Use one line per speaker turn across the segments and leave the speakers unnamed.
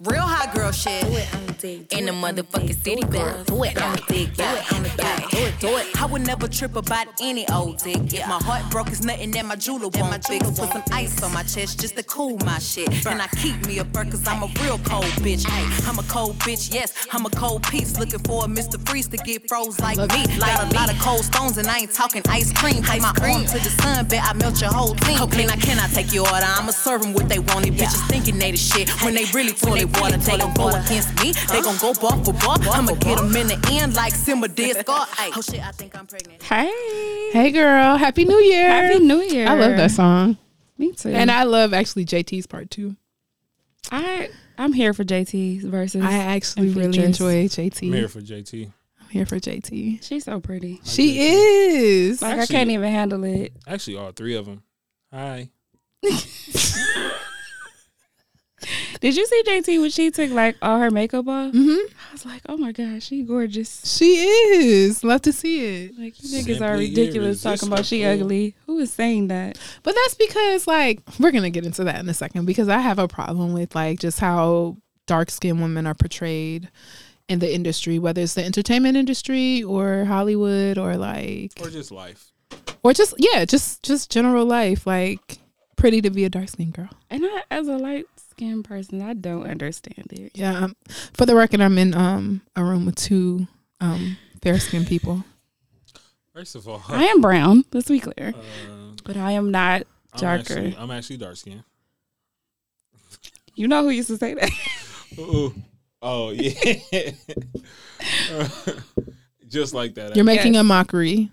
Real hot girl shit.
Do it on the dig.
In the motherfucking city, girl. Do it on the dick. Do it on the dick. Do it, do it. I would never trip about any old dick. If my heart broke, it's nothing that my jeweler won't fix. Put some ice on my chest just to cool my shit. And I keep me a bird cause I'm a real cold bitch. I'm a cold bitch, yes. I'm a cold piece. Looking for a Mr. Freeze to get froze like me. Got a lot of cold stones and I ain't talking ice cream. Take my arm to the sun, bet I melt your whole team. Oh, clean, I cannot take your order. I'ma serve them what they wanted. Bitches thinking they the shit. When they really full of water, they gon' go against me. They gon' go bar for bar. I'ma get them in the end like Simba did Scar. Ay. Oh shit, I think I'm pregnant.
Hey.
Hey, girl. Happy New Year.
Happy New Year.
I love that song.
Me too.
And I love actually JT's part two.
I I'm here for JT's versus.
I actually
and
really
features.
enjoy
I'm
JT.
here for JT.
I'm here for JT.
She's so pretty.
She is.
Like
Actually-
I can't even handle it.
Actually, all three of them. Hi.
Did you see JT when she took like all her makeup off? Mm-hmm. I was like, oh my god, she gorgeous.
She is. Love to see it.
Like you niggas are
Simply
ridiculous talking about she
irresistible.
ugly. Who is saying that?
But that's because, like, we're going to get into that in a second because I have a problem with, like, just how dark skinned women are portrayed in the industry, whether it's the entertainment industry or Hollywood or, like,
Or just life.
or just, yeah, just, just general life. Like, pretty to be a dark skinned girl.
And I, as a light skinned person, I don't understand it.
Yeah. Um, for the record, I'm in um a room with two um fair skinned people.
First of all,
I am brown. Let's be clear,
uh,
but I am not
I'm
darker.
actually- uh, I'm actually dark skinned.
you know who used to say that?
Ooh. Oh yeah. Just like that.
You're making
Yes.
a mockery.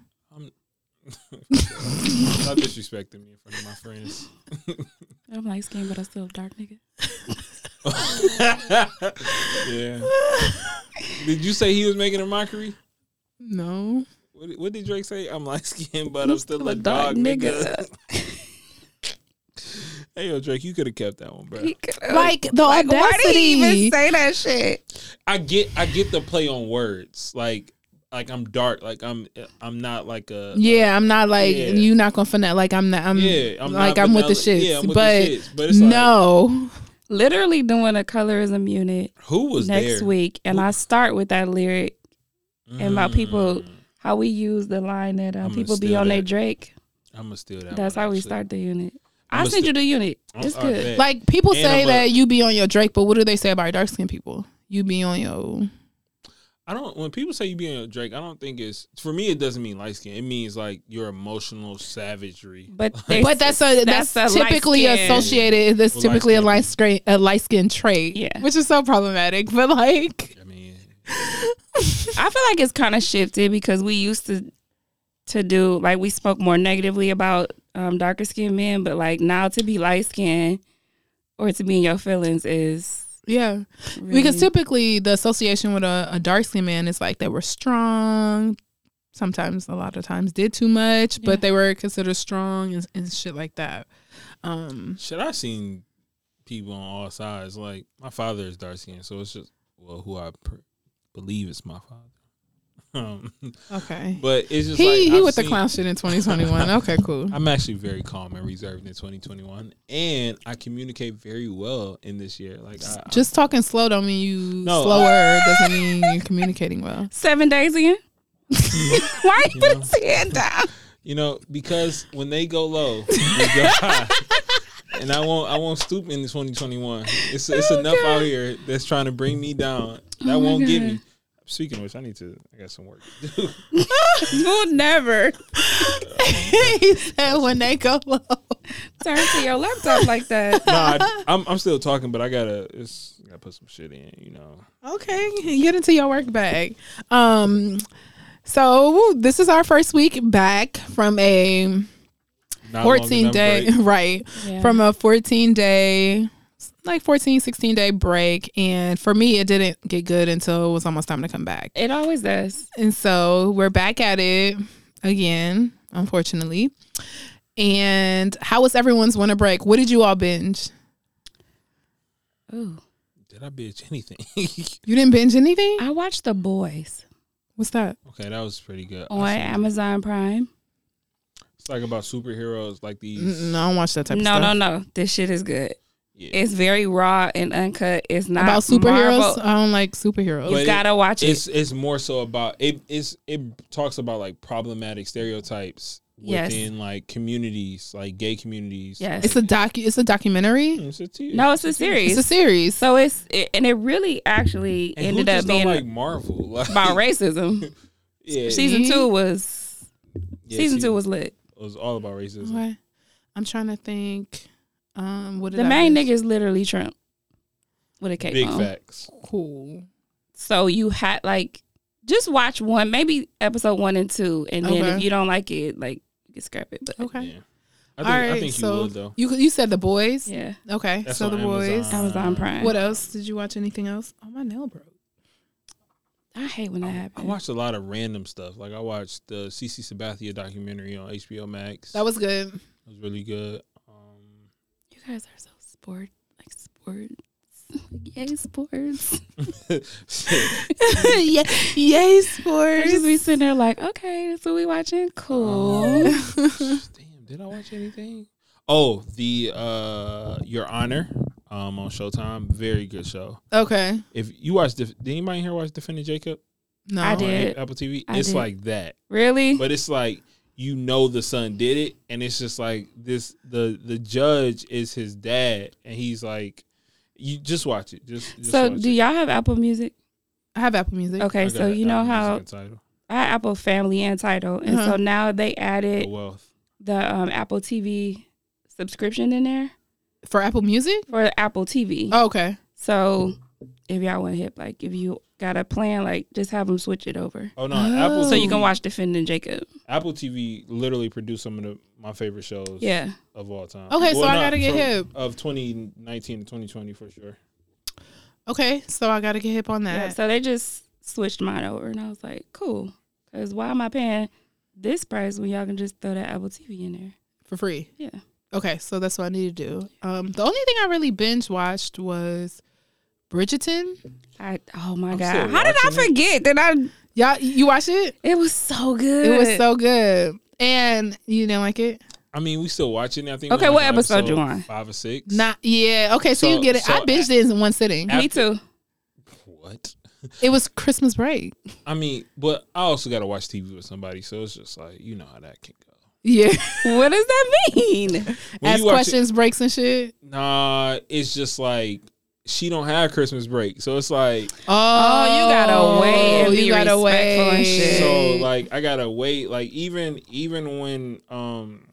Stop disrespecting me in front of my friends.
I'm light skinned, but I still dark nigga.
yeah. Did you say he was making a mockery?
No.
What, did- what did Drake say? I'm light skinned, but I'm still a dog, nigga. Hey, yo, Drake, you could have kept that one, bro.
Like the
Uh, Why did he
audacity.
even say that shit?
I get, I get the play on words, like, like I'm dark, like I'm, I'm not like a,
yeah, I'm not like
Yeah.
you not gonna finesse. Like I'm not. I'm
Yeah, I'm
like
not
I'm with the
vanilla-
shits.
yeah, I'm with the
but
shits, but it's like-
no,
Literally doing a colorism unit
who was
next
there?
week, and I start with that lyric and
Mm,
about people how we use the line that uh,
I'ma
people be
steal
on
that.
their Drake.
I'm gonna steal that.
That's
one,
how we
actually.
start the unit. I
I'ma
send
steal-
you the unit.
I'm-
It's
I
good.
bet.
like people
And
say
I'm a-
that you be on your Drake, but what do they say about dark skinned people? You be on your.
I don't. When people say you being a Drake, I don't think it's for me. It doesn't mean light skin. It means like your emotional savagery.
But
But that's a that's,
That's a light
typically
skin.
associated. That's
With light
typically a
skin.
light skin a light skin trait.
Yeah.
which is so problematic. But like,
I mean,
I feel like it's kind of shifted because we used to to do like we spoke more negatively about um, darker skinned men, but like now to be light skinned or to be in your feelings is
yeah.
really,
Because typically the association with a, a dark skinned man is like they were strong, sometimes a lot of times did too much,
Yeah.
but they were considered strong and, and shit like that. Um,
shit, I seen people on all sides. Like my father is dark skinned, so it's just well, who I pr- believe is my father. Um,
okay.
but it's just
he
like,
he
I've
with the
seen-
clown shit in 2021. okay, cool.
I'm actually very calm and reserved in 2021, and I communicate very well in this year. Like, I,
Just talking slow don't mean you
No,
slower doesn't mean you're communicating well.
seven days in. Why you put his hand down?
You know, because when they go low, we go high. And I won't, I won't stoop in 2021. It's, it's
Oh
enough out here that's trying to bring me down. That won't get me. Speaking of which, I need to. I got some work. to do.
You'll never
he said when they go low.
turn to your laptop like that.
no, I, I'm, I'm still talking, but I gotta. It's I gotta put some shit in. You know.
Okay, get into your work bag. Um, so this is our first week back from a
Not long
14
enough
day
break.
right
Yeah.
from a 14 day like 14 16 day break and for me it didn't get good until it was almost time to come back
It always does.
and so we're back at it again unfortunately and how was everyone's winter break what did you all binge
Ooh.
Did I bitch anything?
you didn't binge anything
I watched The Boys
what's that
okay, that was pretty good.
on Amazon Prime.
It's like about superheroes, like these.
Mm, no, I don't watch that type
No,
of
no,
stuff.
no. This shit is good.
Yeah.
It's very raw and uncut. It's not
About superheroes,
Marvel.
I don't like superheroes.
You
But it-
gotta watch it.
it's it's more so about it it's it talks about like problematic stereotypes
Yes.
within like communities like gay communities
yes.
It's a docu. It's a documentary.
it's a t-
no, it's a
It's
series.
a series.
so it's it, and it really actually
and
ended
who
up
just don't
being
like marvel like,
about racism.
yeah,
season two was
yeah,
season two was lit.
it was all about racism
What? I'm trying to think. Um, what did
The
I
main
miss?
nigga is literally Trump with a cape
big
on.
facts
Cool.
So you had like just watch one, maybe episode one and two, and then
Okay.
if you don't like it, like you can scrap it. But
Okay.
yeah i think,
All right.
I think
so
you would though
you you said the boys.
yeah,
Okay.
That's
so
on
the boys.
Amazon.
Amazon Prime.
What else did you watch? Anything else? Oh, my nail broke.
I hate when that
I
happens.
watched a lot of random stuff. Like I watched the CC Sabathia documentary on HBO Max.
That was good.
it was really good. Um,
you guys are so sport, like sports. Yay sports!
Um,
yeah,
Yay,
I just
sports.
be sitting there like, okay, that's what we watching. Cool.
Damn, did I watch anything? Oh, the uh Your Honor um on Showtime. Very good show.
okay.
If you watch the did anybody here watch Defending Jacob
No.
I
on
did.
A- Apple TV?
I
it's
did.
like that.
Really?
But it's like you know the son did it and it's just like this the the judge is his dad and he's like you just watch it. Just, just
so
watch
do
it.
y'all have Apple Music?
I have Apple Music.
Okay,
I
so
got
you know
Apple
how
Music and title.
I had Apple Family and Title, and
Uh-huh.
so now they
The
added
wealth.
the um, Apple TV subscription in there
For Apple Music?
for Apple TV.
Oh, okay.
So if y'all want to hit, like, if you got a plan, like, just have them switch it over.
Oh no,
Oh.
Apple
So you can
TV
watch Defending Jacob.
Apple TV literally produced some of the, my favorite shows.
Yeah.
of all time.
Okay, so I
not
gotta get
from-
hip.
Of 2019 to 2020 for sure.
Okay. So I got to get hip on
yeah.
that.
So they just switched mine over, and I was like, cool. Because why am I paying this price when y'all can just throw that Apple TV in there?
for free.
Yeah.
Okay. So that's what I need to do. Um, the only thing I really binge watched was Bridgerton.
I, oh my
still
God. How did I
watching it.
forget that I,
Y'all, you watched it?
it was so good.
It was so good. And you didn't like it?
I mean, we still watching. it. I think.
Okay,
we're
what
on
episode you on?
Five or six.
Not yeah. Okay, so,
So-
you get it.
so
I binged it in one sitting.
Me too.
What?
It was Christmas break.
I mean, but I also gotta watch TV with somebody, so it's just like you know how that can go.
Yeah.
What does that mean?
When
Ask
you watch
questions, breaks and shit.
It, nah, it's just like she don't have Christmas break, so it's like
Oh, you
gotta wait and be respectful and shit.
so like I gotta wait. Like even even when um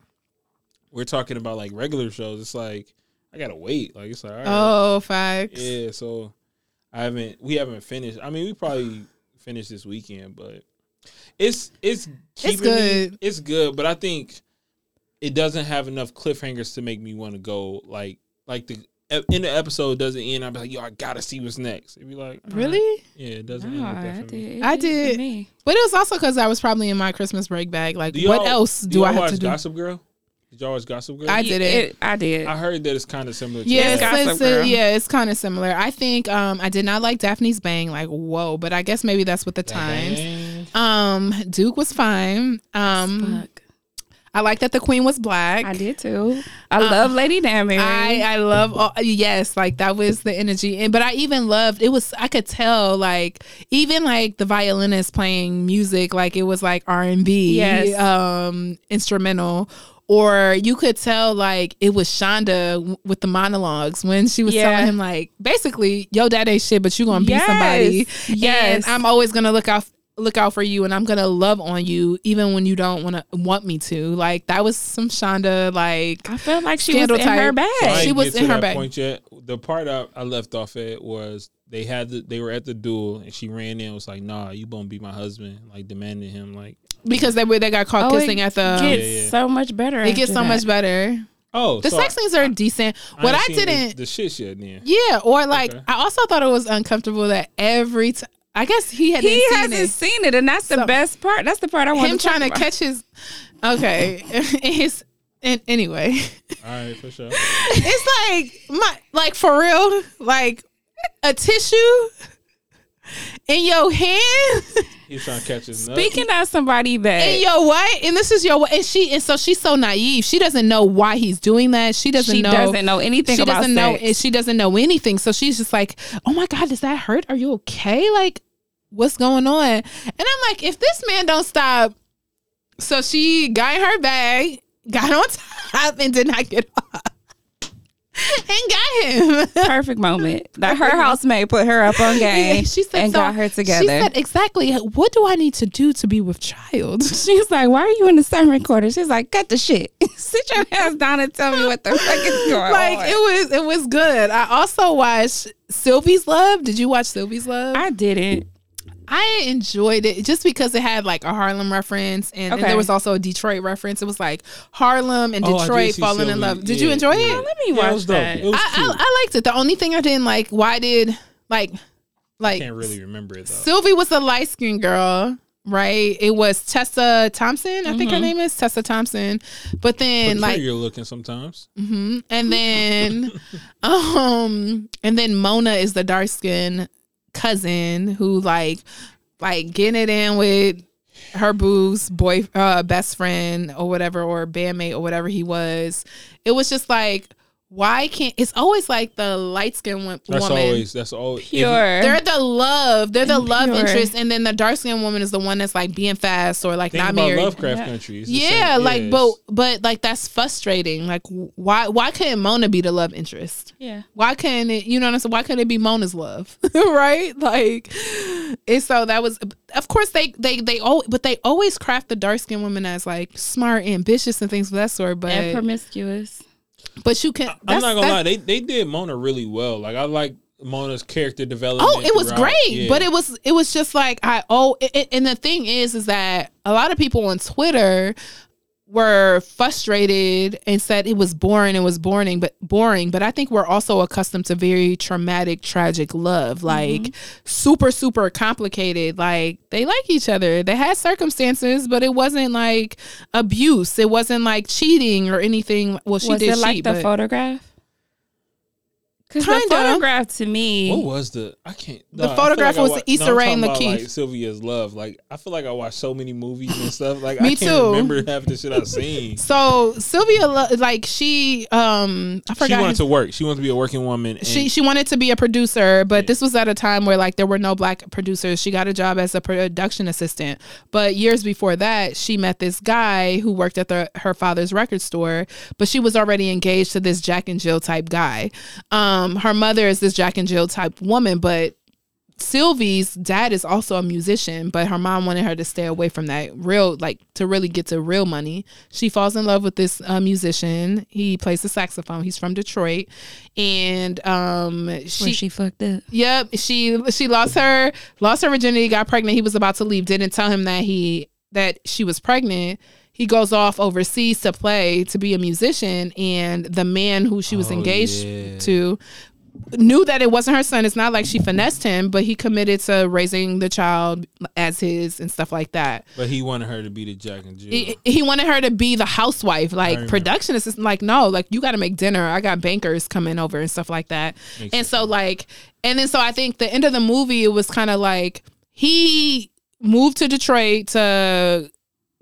we're talking about like regular shows, it's like I gotta wait. Like it's like all right,
oh, facts.
Yeah, so I haven't we haven't finished. I mean, we probably finished this weekend, but it's it's keeping me-
good.
it's good, but I think it doesn't have enough cliffhangers to make me want to go like like the e- in the episode doesn't end. I'm like, yo, I gotta see what's next. It'd be like, all right.
Really?
Yeah, it doesn't
No,
end like
I
that for me.
did. It
I
for
did.
me.
But it was also because I was probably in my Christmas break bag. Like,
Do
what
y'all-
else do
y'all
I have
watch
to do?
Gossip Girl? Did y'all watch Gossip Girl?
I
I,
Ye-
did it.
I did.
heard that it's kind of similar. To
Yeah,
that.
it's,
Gossip
it's, uh,
Girl.
yeah, it's kind of similar. I think um, I did not like Daphne's bang. Like, whoa! But I guess maybe that's with the times.
Dang.
Um, Duke was fine. Um,
Fuck.
I like that the queen was black.
I did too. I love Lady Danbury.
Uh, I,
I,
I love all, yes like that was the energy and but I even loved it was I could tell like even like the violinist playing music like it was like R and B
Yes.
um instrumental or you could tell like it was Shonda w- with the monologues when she was
Yeah.
telling him like basically yo that ain't shit but you gonna be
Yes.
somebody
Yes.
and I'm always gonna look out look out for you and I'm gonna love on you even when you don't wanna want me to like that was some Shonda like
felt like she
Scandal
was in her
type.
So I
bag.
She
didn't
was
get to
in her
that
bag.
Point yet. The part I, I left off at was they had the, they were at the duel and she ran in and was like, "Nah, you gonna be my husband," like demanding him like,
because they were they got caught
Oh, it
kissing at the.
gets
Yeah, yeah.
so much better.
it gets so much better.
"Oh,
The
so
sex
I-
scenes are decent. What
ain't
I
seen the-
didn't,
the, shit shit then."
yeah, or like
Okay.
I also thought it was uncomfortable that every time. I guess he had
He
seen
hasn't
it.
seen it, and that's the
So-
best part. That's the part I want
him
to talk
trying to
about.
catch his. Okay, And his. And anyway,
All right, for sure.
it's like my like for real, like a tissue in your hand.
He was trying to catch his nut.
Speaking of somebody
And
that
yo, what? And this is your what? And she and so she's so naive. She doesn't know why he's doing that. She doesn't
she
know.
doesn't know anything
she
about
doesn't know.
sex.
And she doesn't know anything. So she's just like, "Oh my god, does that hurt? Are you okay? Like, what's going on?" And I'm like, "If this man don't stop," so she got in her bag, got on top, and did not get off, and got him.
perfect moment that her housemate put her up on game
she said,
and
so-
got her together.
She said, "Exactly. What do I need to do to be with child?"
She's like, why are you in the sermon quarter? She's like, cut the shit. Sit your ass down and tell me what the fuck is going
like
on.
it was it was good. I also watched Sylvie's Love. Did you watch Sylvie's Love? I,
I didn't.
enjoyed it just because it had like a Harlem reference and, and
Okay.
there was also a Detroit reference. It was like Harlem and
Oh, I did
Detroit
see
falling in
Sylvie.
love. Did
Yeah,
you enjoy
yeah.
Let
it?
me
Yeah, it
watch
was dope.
that.
It was
I,
cute.
I, I liked it. The only thing I didn't like, why did like like
can't really remember it though.
Sylvie was a light skinned girl, right? It was Tessa Thompson, I think her name is Tessa Thompson. But then
Mm-hmm. But
like
you're looking sometimes.
Mhm. And then, um, and then Mona is the dark skinned cousin who like, like getting it in with her boo's boy, uh, best friend or whatever, or bandmate or whatever he was. It was just like, why can't? It's always like the light skinned woman.
That's always that's always if-
Pure.
They're the love. They're the love
Pure.
interest, and then the dark skinned woman is the one that's like being fast or like
Think
not
about
married.
Lovecraft
Yeah.
Country. It's the
Yeah,
same-
like
it's-
but but like that's frustrating. Like wh- why why couldn't Mona be the love interest?
yeah.
Why couldn't it? You know what I'm saying? Why couldn't it be Mona's love? right? Like, and so that was. Of course they they they all but they always craft the dark skinned women as like smart, ambitious, and things of that sort. But
And promiscuous.
but you can.
I'm
that's-
not gonna
that's-
lie, they they did Mona really well. Like I like Mona's character development.
Oh, it was
throughout.
great,
Yeah.
but it was it was just like I oh, it, it- and the thing is, is that a lot of people on Twitter were frustrated and said it was boring, it was boring, but boring. But I think we're also accustomed to very traumatic, tragic
Mm-hmm.
love, like super, super complicated. Like they like each other, they had circumstances, but it wasn't like abuse, it wasn't like cheating or anything. Well, she
was
did
it like
cheat,
the
but-
photograph? Because the
Kinda.
photograph to me,
What was the? I can't.
The
nah, I feel
photograph
I
was
wa-
the Issa
I'm
Rae
talking
and
about,
Lakeith.
Like Sylvia's love. Like I feel like I watched so many movies and stuff. Like
Me
I can't
too.
remember half the shit I've seen.
So Sylvia, lo- like she, um, I forgot.
She
his-
wanted to work. She wanted to be a working woman. and-
she she wanted to be a producer, but this was at a time where like there were no black producers. She got a job as a production assistant. But years before that, she met this guy who worked at the, her father's record store, but she was already engaged to this Jack and Jill type guy. Um, her mother is this Jack and Jill type woman, but Sylvie's dad is also a musician, but her mom wanted her to stay away from that real, like to really get to real money. She falls in love with this uh, musician. He plays the saxophone. He's from Detroit, and um,
where
she,
she fucked up.
yep, she she lost her lost her virginity, got pregnant. He was about to leave, didn't tell him that he that she was pregnant. He goes off overseas to play to be a musician, and the man who she was
Oh,
engaged
yeah.
to knew that it wasn't her son. It's not like she finessed him, but he committed to raising the child as his and stuff like that.
but he wanted her to be the Jack and Jill.
He, he wanted her to be the housewife, like
remember.
production assistant. Like, no, like you got to make dinner. I got bankers coming over and stuff like that.
Makes
and so, like, and then so I think the end of the movie, it was kind of like he moved to Detroit to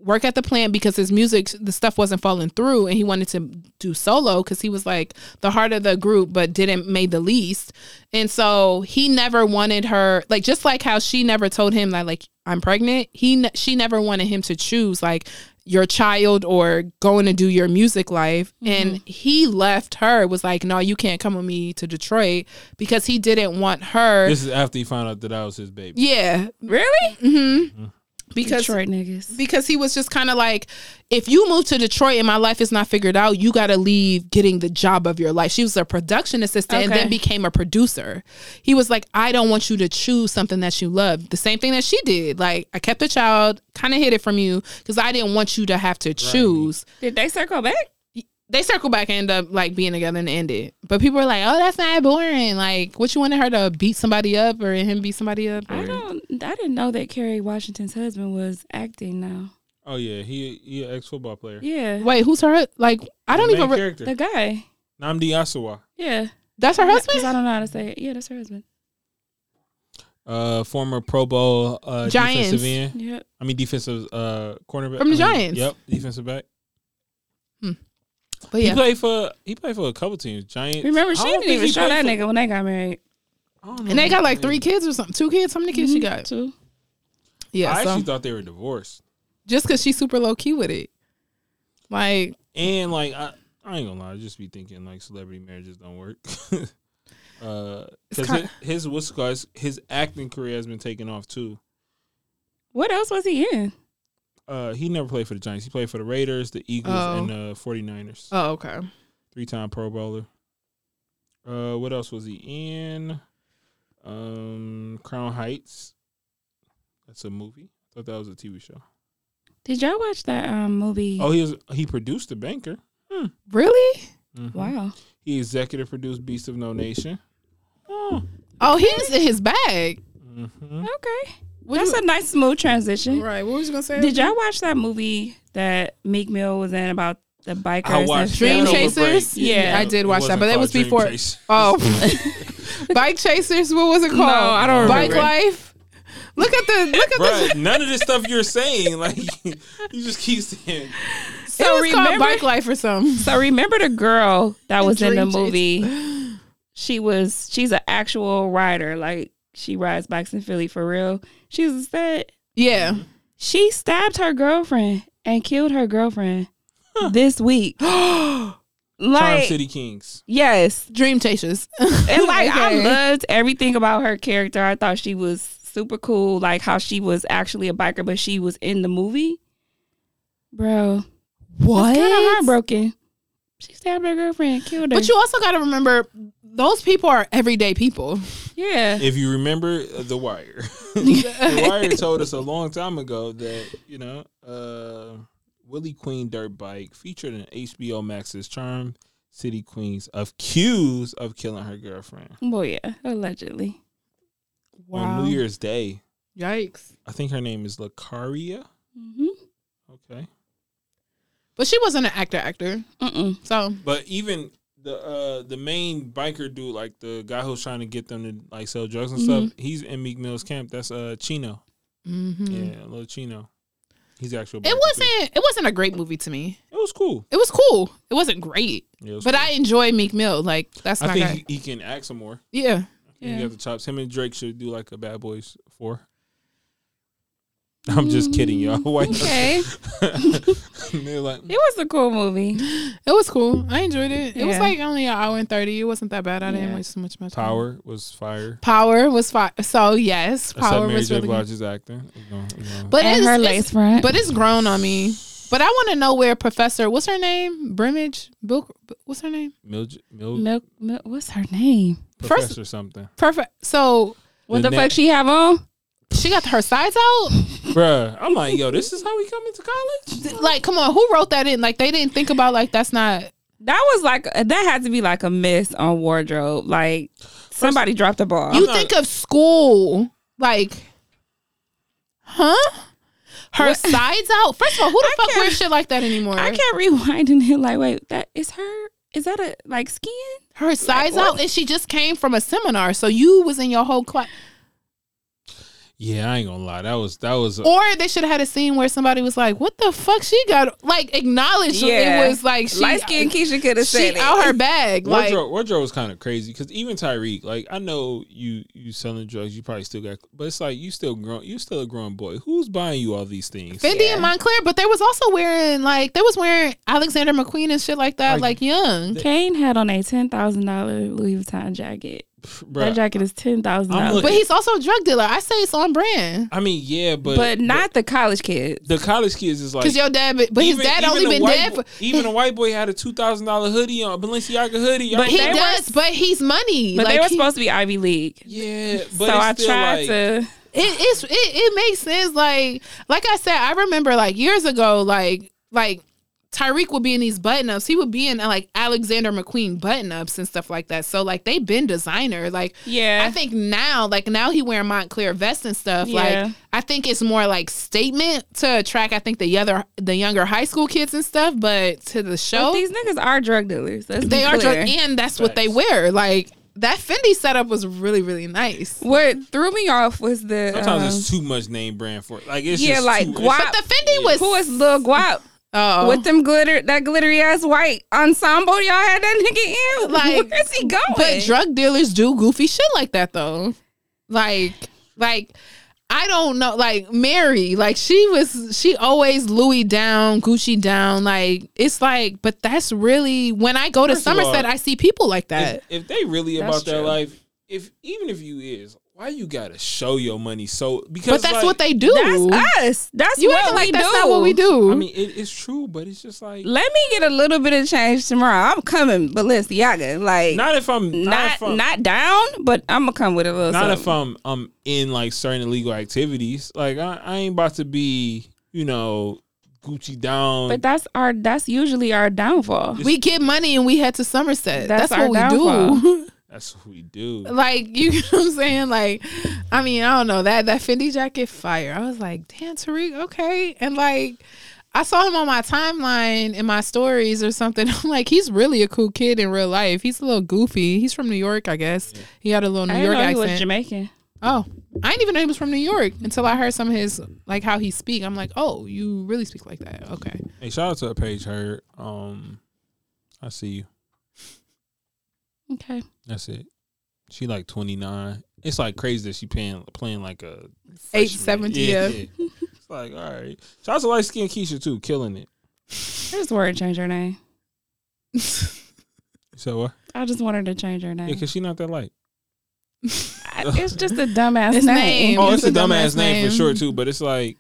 work at the plant because his music the stuff wasn't falling through and he wanted to do solo because he was like the heart of the group but didn't made the least and so he never wanted her like just like how she never told him that like i'm pregnant he ne- she never wanted him to choose like your child or going to do your music life and he left her was like no you can't come with me to detroit because he didn't want her
this is after he found out that I was his baby.
yeah Mm-hmm.
Really?
because
Detroit niggas.
because he was just kind of like, if you move to Detroit and my life is not figured out, you got to leave getting the job of your life. She was a production assistant and
Okay.
then became a producer. He was like, I don't want you to choose something that you love. The same thing that she did. Like, I kept the child, kind of hid it from you because I didn't want you to have to choose.
Did they circle back?
They circle back and end up like being together and ended. But people were like, oh, that's not boring. Like, what you wanted her to beat somebody up or him beat somebody up?
I
or-
don't. I didn't know that Kerry Washington's husband was acting. Now,
Oh yeah, he he an ex football player.
yeah,
Wait, who's her? Like, I don't
Main
even. Re-
character.
the guy.
Namdi Asawa.
Yeah,
that's her
Yeah, 'cause
husband?
I don't know how to say it. Yeah, that's her husband.
uh, former Pro Bowl uh,
Giants.
defensive end.
Yep.
I mean defensive uh, cornerback
From the
I mean,
Giants.
Yep, defensive back.
But
He
Oh, yeah,
played for he played for a couple teams. Giants.
Remember, she
I don't
didn't
think
even
he
show that
played
nigga when they got married.
for- I don't know
and they
if
got
he
like
played.
three kids or something. Two kids. How many kids
Mm-hmm.
she got?
Too.
I
Yeah.
actually
So
thought they were divorced.
just because she's super low key with it, like
And like I, I ain't gonna lie, I just be thinking like celebrity marriages don't work. uh,
It's
cause
kind-
his, his what's it called, his, his acting career has been taken off too.
What else was he in?
Uh, he never played for the Giants. He played for the Raiders, the Eagles,
Oh.
and the 49ers.
oh okay.
Three time Pro Bowler. Uh, what else was he in? Um, Crown Heights. That's a movie. I thought that was a TV show.
Did y'all watch that um, movie?
Oh, he was, he produced The Banker.
Really?
Mhm.
wow.
He executive produced Beast of No Nation.
Oh, he was in his bag.
hmm
Okay.
What
That's
you-
a nice smooth transition.
right. What was you gonna say?
Did y'all watch that movie that Meek Mill was in about the bikers?
I watched
and-
Dream
that over
Chasers?
break.
Yeah.
I did
It
watch that,
wasn't
but that
called
was
Dream
before.
Chasers.
Oh, bike chasers. What was it called?
No, I don't
Bike
remember.
life. Look at the look at the.
Bruh, none of this stuff you're saying, like you just keep saying.
it
So
was called
remember,
bike life or something.
so remember the girl that was in the
Dream Chasers.
movie. She was she's an actual rider, like she rides bikes in Philly for real. She was a stud.
Yeah.
She stabbed her girlfriend and killed her girlfriend this week.
Charm
like
City Kings.
yes,
Dream chasers.
and like I
Okay.
loved everything about her character. I thought she was super cool, like how she was actually a biker, but she was in the movie. Bro,
what?
kind of heartbroken. She stabbed her girlfriend, killed her.
But you also got to remember, those people are everyday people.
yeah,
If you remember uh, The Wire, The Wire told us a long time ago that you know uh, Willie Queen dirt bike featured in HBO Max's Charm City Queens accused of killing her girlfriend
well, yeah, allegedly.
on New Year's Day.
Yikes.
I think her name is Lucaria.
Mm-hmm.
Okay.
But she wasn't an actor, actor.
Mm-mm.
So
But even the uh the main biker dude, like the guy who's trying to get them to like sell drugs and stuff,
Mm-hmm.
he's in Meek Mill's camp. That's uh Chino. Yeah, little Chino. He's the actual. biker,
Mm-hmm. it
too.
wasn't. It wasn't a great movie to me.
It was cool.
It was cool. It wasn't great,
Yeah, it was
but
cool.
I enjoy Meek Mill. Like that's
I
my
think
guy.
he, he can act some more.
yeah.
He
Yeah.
got the chops. Him and Drake should do like a Bad Boys four. I'm just kidding, y'all. Why y'all-
Okay, it
They're like,
was a cool movie.
It was cool. I enjoyed it. It was
Yeah.
like only an hour and thirty. It wasn't that bad. I didn't
Yeah.
waste so much of my time.
Power was fire.
Power was fine. So yes,
Except
power
Mary
was
J.
really good.
Blige's acting. You know, you know.
But
and
it's,
her
it's-
lace front.
but it's grown on me. But I want to know where Professor, what's her name? Brimage? Bill, what's her name?
Milj- Mil-
Milk, milk, what's her name?
first-
Professor something.
Perfect. So
What
The
the,
na-
fuck she have on?
she got her sides out.
Bruh, I'm like, yo, this is how we come into college?
Like, come on, who wrote that in? Like, they didn't think about like that's not.
That was like that had to be like a miss on wardrobe. Like somebody dropped the ball.
You
not-
think of school, like, huh? Her sides out. First of all, who the fuck
can't-
wears shit like that anymore?
I kept rewinding it. Like wait, that is her. Is that a like skin?
Her sides out, and she just came from a seminar, so you was in your whole class.
Yeah, I ain't gonna lie. That was that was uh,
Or they should have had a scene where somebody was like, "What the fuck? She got like acknowledged.
Yeah.
It was like she uh,
Light skin Keisha could have
she
said it.
out her bag. Like,
wardrobe. wardrobe was kind of crazy because even Tyreek, like I know you you selling drugs, you probably still got, but it's like you still grown, you still a grown boy. Who's buying you all these things?
Fendi and Montclair, but they was also wearing like they was wearing Alexander McQueen and shit like that, like,
Like,
young.
Kane had on a ten thousand dollar Louis Vuitton jacket. That
Bruh,
jacket is ten thousand
I'm
dollars,
looking-
but he's also a drug dealer. I say it's on brand
I mean, yeah, but
but not the college kids.
the college kids is like.
because your dad, but his
even-
dad
even
only
a
been
white
dead.
boy-
For,
even a white boy had a two thousand dollar hoodie on, Balenciaga hoodie.
But
I'm
he
they
like,
were-
does, but he's money.
But they
Like,
were
he-
supposed to be Ivy League.
yeah, but
so
it's
I
still
tried
like,
to.
it, it's it, it makes sense. Like like I said, I remember like years ago, like like Tyreek would be in these button ups. He would be in like Alexander McQueen button ups and stuff like that. So like they been designer. Like
Yeah.
I think now, like now he wearing Montclair vests and stuff.
Yeah.
Like I think it's more like statement to attract. I think the other the younger high school kids and stuff. But to the
But
show,
these niggas are drug dealers. Let's be
they are
clear.
drug, and that's what they
Facts.
wear. Like that Fendi setup was really really nice.
What threw me off was the
Sometimes
um,
uh-huh.
it's too much name brand for it. Like it's
Yeah,
just
like
too,
guap.
But the Fendi was
who is Lil Guap
oh
with them glitter that glittery ass white ensemble y'all had that nigga in?
Like,
Like, where's he going?
But drug dealers do goofy shit like that though. Like like I don't know like Mary like she was she always Louis down, Gucci down like it's like but that's really when I go to
First of
Somerset
all,
I see people like that.
if, if they really about
That's
their
true.
life, if even if you is, why you gotta show your money so because
but that's
like,
what they do.
that's us. That's
you
what
act like
we
that's
do.
not what we do.
I mean it, it's true, but it's just like
Let me get a little bit of change tomorrow. I'm coming, Balenciaga. Like not
not if I'm not
not,
if I'm,
down, but I'm gonna come with a little.
not
something.
if I'm I'm in like certain illegal activities. Like I, I ain't about to be, you know, Gucci down.
But that's our. That's usually our downfall.
we get money and we head to Somerset. That's,
That's
what
our
we do.
downfall.
that's what we do.
like you know what I'm saying? Like, I mean, I don't know that that Fendi jacket fire. I was like, damn, Tariq, okay. And like, I saw him on my timeline in my stories or something. I'm like, he's really a cool kid in real life. He's a little goofy. He's from New York, I guess. He had a little New
I didn't
York
know
accent.
he was Jamaican.
oh, I didn't even know he was from New York until I heard some of his like how he speak. I'm like, oh, you really speak like that? Okay.
Hey, shout out to Paige Heard. Um I see you.
Okay.
That's it. She like twenty nine. It's like crazy that she playing playing like a
Eight
freshman.
seventy. yeah.
It's like all right. Shout out to light skin Keisha too, killing it.
I just wanted to change her name.
So what?
I just wanted to change her name.
Yeah, cause she not that light.
I- it's just a dumbass
It's
name.
name.
Oh, it's a
It's a
dumbass
dumbass
name for
name.
sure too. But it's like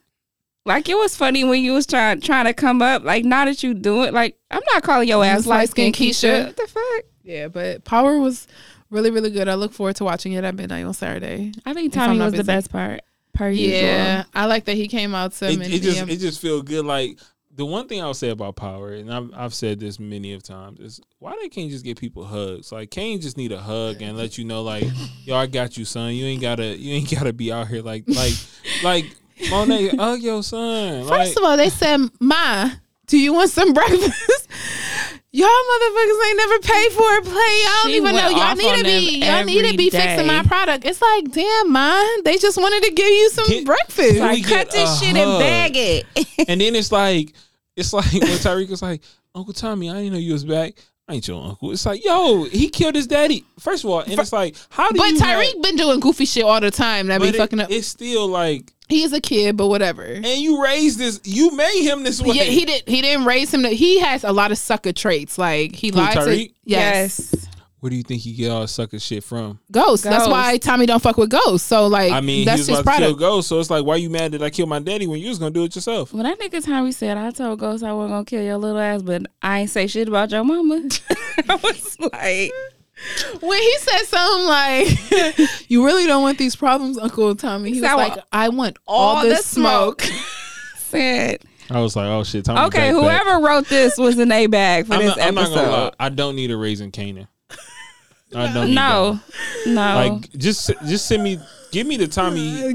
Like it was funny when you was trying trying to come up. Like now that you do it, like I'm not calling your ass
Miss
light skin
Light-Skinned Keisha.
Keisha. What the fuck?
Yeah, but Power was really, really good. I look forward to watching it at midnight on Saturday.
I think
If I'm
Tommy
not
was the
busy.
best part. Per
Yeah,
usual.
I like that he came out to
uh, it,
many
it just
DM.
it just feel good. Like the one thing I'll say about power, and I've I've said this many of times, is why they can't just get people hugs. Like Kane just need a hug and let you know, like, yo, I got you, son. You ain't gotta you ain't gotta be out here like like like Monet hug your son.
First
like,
of all, they said, "Ma, do you want some breakfast?" y'all motherfuckers ain't never paid for a play. Y'all don't
She
even know.
went
Y'all
off
need to
on
be.
them
Y'all need to
every
be
day.
fixing my product. It's like, damn, ma, they just wanted to give you some
Get-
breakfast.
Like,
Like
we
cut
get
this
a
shit
hug.
and bag it.
and then it's like it's like when Tyreek was like, Uncle Tommy, I didn't know you was back. I ain't your uncle. It's like, yo, he killed his daddy. First of all, and it's like, how do
but
you have-
Tyreek been doing goofy shit all the time. That be
but it-
fucking up.
It's still like,
He is a kid, but whatever.
and you raised this, you made him this way.
Yeah, he did. He didn't raise him. To, he has a lot of sucker traits. Like he lied to.
Tyreek?
Yes.
Where do you think he get all sucker shit from?
Ghost. That's
Ghost.
why Tommy don't fuck with Ghost. So like,
I mean,
that's
he
his
was about to kill
product.
Ghost, so it's like, why you mad that I killed my daddy when you was gonna do it yourself?
When that nigga Tommy said, I told Ghost I wasn't gonna kill your little ass, but I ain't say shit about your mama. I was like,
When he said something like, "You really don't want these problems, Uncle Tommy," he was
So,
like, "I want all,
all
the,
the
smoke."
said,
I was like, oh shit, Tommy.
okay,
back, back.
whoever wrote this was in a bag for
I'm
this
not, I'm not
episode.
gonna lie, I don't need a raising Canaan. I don't. Need
No, no.
that. like just just send me, give me the Tommy.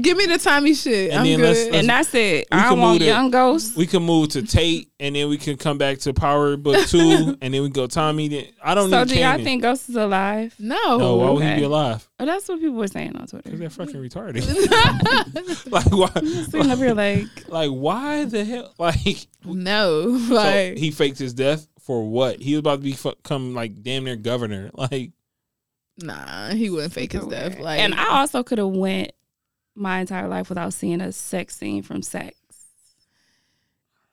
Give me the Tommy shit.
And
I'm
then
good.
let's- let's-
and that's it.
We
I
can
don't want
move it.
young ghosts.
We can move to Tate, and then we can come back to Power Book Two, and then we go Tommy. Then I don't
So
need.
do y'all
Kanan.
think Ghost is alive?
no.
No, why would he
okay.
be alive?
Oh, that's what people were saying on Twitter.
Because they're fucking retarded. like why?
Sitting up here like,
Like why the hell? Like
no.
So
Like
he faked his death for what? He was about to be fu- become like damn near governor. Like
nah, he wouldn't fake his death. Like
and I also could have went my entire life without seeing a sex scene from Sex.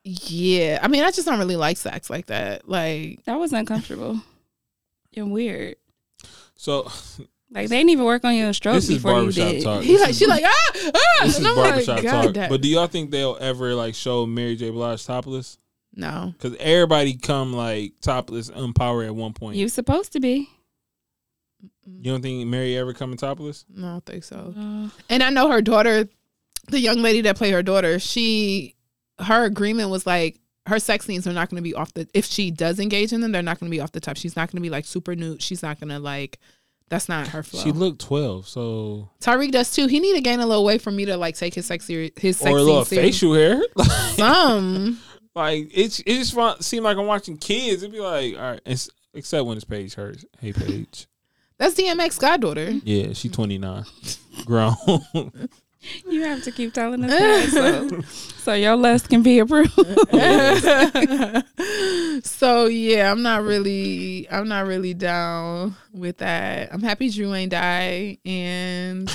yeah. I mean, I just don't really like sex like that. Like
That was uncomfortable and weird.
so,
Like they didn't even work on your stroke
this is
before you
barbershop
did.
talk.
he
This
like
is-
she like ah ah.
this
and
is
I'm like,
barbershop
God,
talk.
that-
But do y'all think they'll ever like show Mary J. Blige topless?
no.
Because everybody come like topless, unpower at one point. You,
You supposed to be.
don't think Mary ever coming topless?
No, I don't think so.
Uh,
Oh.
And I know her daughter, the young lady that played her daughter, she her agreement was like her sex scenes are not going to be off the if she does engage in them, they're not going to be off the top. She's not going to be like super nude. She's not going to like that's not her flow.
She looked twelve, so
Tyreek does too. He need to gain a little weight for me to like take his sex seri- his sex
or a
scene Um,
little
serious.
facial hair.
Some
like it's it just fun, seem like I'm watching kids. It'd be like all right, it's, except when it's Paige hers. Hey Paige,
That's DMX goddaughter.
Yeah, she 29. Grown.
You have to keep telling us that, so, so your lust can be approved.
so yeah, I'm not really I'm not really down with that. I'm happy Drew ain't die and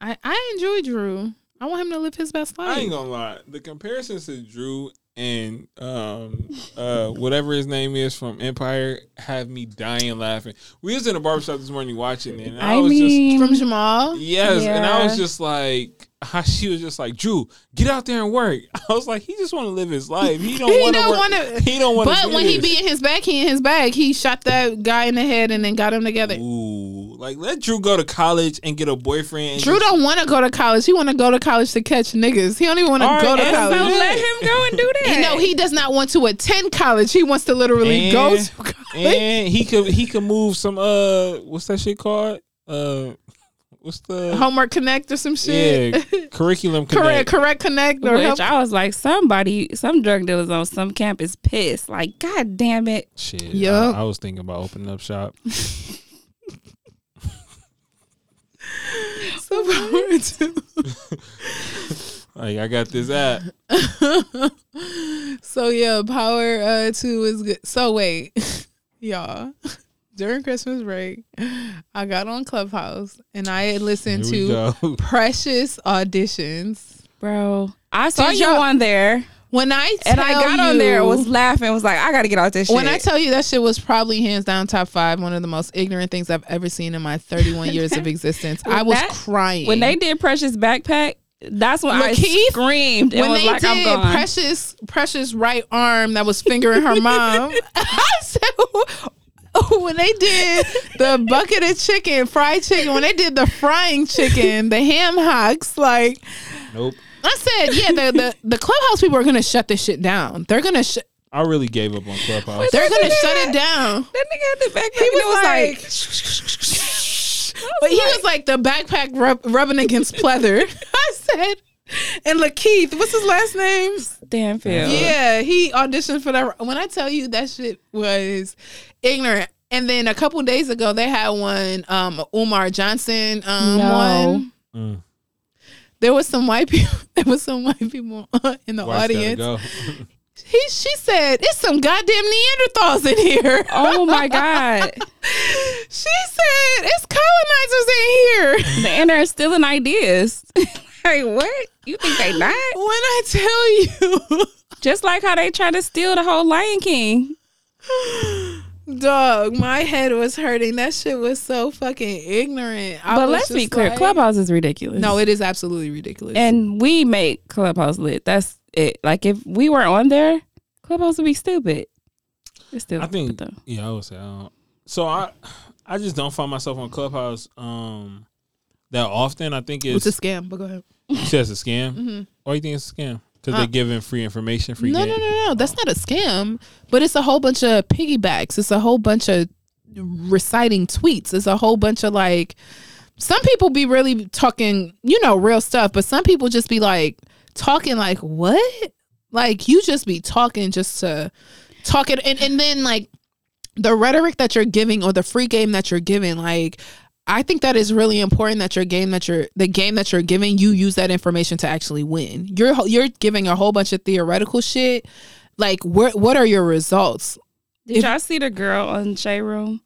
I I enjoy Drew. I want him to live his best life.
I ain't gonna lie. The comparisons to Drew and um uh whatever his name is from Empire have me dying laughing. We was in a barbershop this morning watching it and I,
I
was
mean,
From Jamal.
just Yes, and I was
Yeah.
just like how she was just like, Drew, get out there and work. I was like, he just wanna live his life. He don't
He
wanna
don't
work.
wanna-
he don't wanna
But
do
when he
this.
be in his back, he in his bag. He shot that guy in the head and then got him together.
Ooh, like let Drew go to college and get a boyfriend. and
Drew don't want to go to college. He want to go to college to catch niggas. He don't even want to
All
go to
right,
so
that's
college.
let him go and do that.
And no, he does not want to attend college. He wants to literally
And-
go to college.
And he could he could move some uh what's that shit called? Uh what's the
Homework Connect or some shit.
yeah, curriculum
correct,
connect.
correct Connect or help.
Which I was like, somebody, some drug dealers on some campus pissed. Like, god damn it.
Shit.
Yup.
I, I was thinking about opening up shop.
So power to-
Like I got this app.
so yeah, Power uh, Two is good. So wait, y'all. During Christmas break, I got on Clubhouse and I listened
Here we
to
go.
Precious auditions.
Bro. I saw you
y'all-
on there.
When I
And I
tell
got on there and
you-
was laughing, was like, I gotta get off this shit.
When I tell you that shit was probably hands down top five, one of the most ignorant things I've ever seen in my 31 years of existence. I was
That-
crying.
when they did Precious Backpack, that's when I
Lakeith,
screamed and
when
was
they
like,
did
I'm gone.
Precious Precious right arm that was fingering her mom, I said, "Who-" when they did the bucket of chicken, fried chicken, when they did the frying chicken, the ham hocks, like
Nope.
I said, yeah, the the, the clubhouse people are gonna shut this shit down. They're gonna sh-
I really gave up on Clubhouse.
they're gonna shut it down.
that nigga had the backpack.
He
and it
was like, But he was like the backpack rub- rubbing against pleather. I said, and Lakeith, what's his last name?
Stanfield.
Yeah, he auditioned for that. When I tell you that shit was ignorant. And then a couple days ago, they had one, um, Umar Johnson um,
No.
one.
Mm.
There was some white people. There was some white people in the
Wife's gotta
audience.
go.
He, she said, "It's some goddamn Neanderthals in here."
Oh my god.
she said, "It's colonizers in here."
The internet stealing ideas. like what? You think they not?
When I tell you.
Just like how they tried to steal the whole Lion King.
Dog, my head was hurting. That shit was so fucking ignorant. I
But
was
let's be
just
clear,
like-
Clubhouse is ridiculous.
No, it is absolutely ridiculous.
and we make Clubhouse lit. That's it. Like if we weren't on there, Clubhouse would be stupid. It's still
I think
stupid, though.
yeah, I would say I don't. So I I just don't find myself on Clubhouse um that often. I think it's
it's a scam. But go ahead.
you said it's a scam. Or you think it's a scam? Because
Mm-hmm. Uh,
they're giving free information, free
No,
game.
no, no, no. That's not a scam. But it's a whole bunch of piggybacks. It's a whole bunch of reciting tweets. It's a whole bunch of like. Some people be really talking, you know, real stuff. But some people just be like talking like what? Like you just be talking just to talk it, and and then like the rhetoric that you're giving or the free game that you're giving, like I think that is really important that your game that you're the game that you're giving, you use that information to actually win. You're ho- you're giving a whole bunch of theoretical shit. Like what what are your results?
Did
If-
y'all see the girl on J Room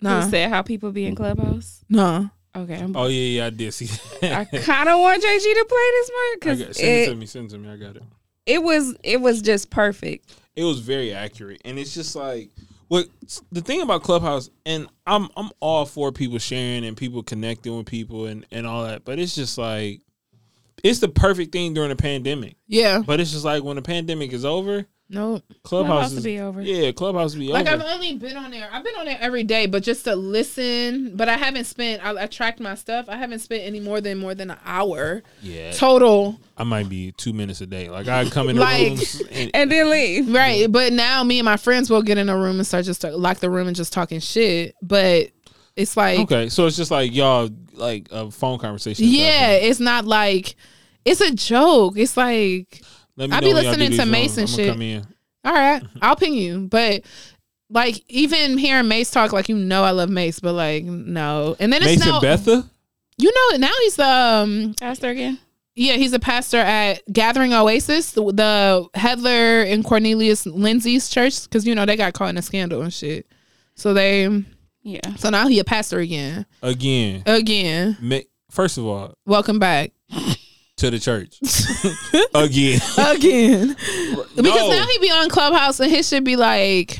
Nah.
who said how people be in Clubhouse?
Nah.
Okay, I'm,
Oh yeah, yeah, I did see.
I
That.
kind of want JG to play
I
this
got,
part because
send it, to
it,
me. Send it to me. I got it.
it was it was just perfect.
It was very accurate, and it's just like what the thing about Clubhouse, and I'm I'm all for people sharing and people connecting with people and and all that, but it's just like it's the perfect thing during a pandemic.
Yeah.
But it's just like when the pandemic is over,
No.
Clubhouse,
Clubhouse
is
will be over.
Yeah, Clubhouse will be
Like uh, I've
over.
only been on there. I've been on there every day, but just to listen. But I haven't spent. I, I tracked my stuff. I haven't spent any more than more than an hour
yeah,
total.
I might be two minutes a day. Like I come in
Like-
the rooms and,
And then leave.
Right, but now me and my friends will get in a room and start just talk, lock the room and just talking shit. But it's like,
Okay, so it's just like y'all like a phone conversation.
yeah, it's not like it's a joke. It's like,
Let
I
know
be
when y'all do
listening
these
to
rooms.
Mason
I'ma
shit.
Come in.
all right, I'll ping you, but Like even hearing Mace talk, like you know I love Mace, but like no. And then it's
Mason
now
Betha?
you know now he's the um
Pastor again.
yeah he's a pastor at Gathering Oasis, the, the Heather and Cornelius Lindsay's church, because you know they got caught in a scandal and shit. So they
Yeah.
so now he a pastor again,
Again.
again.
Ma- First of all,
Welcome back
to the church. Again.
again. Because
No.
now he be on Clubhouse and his should be like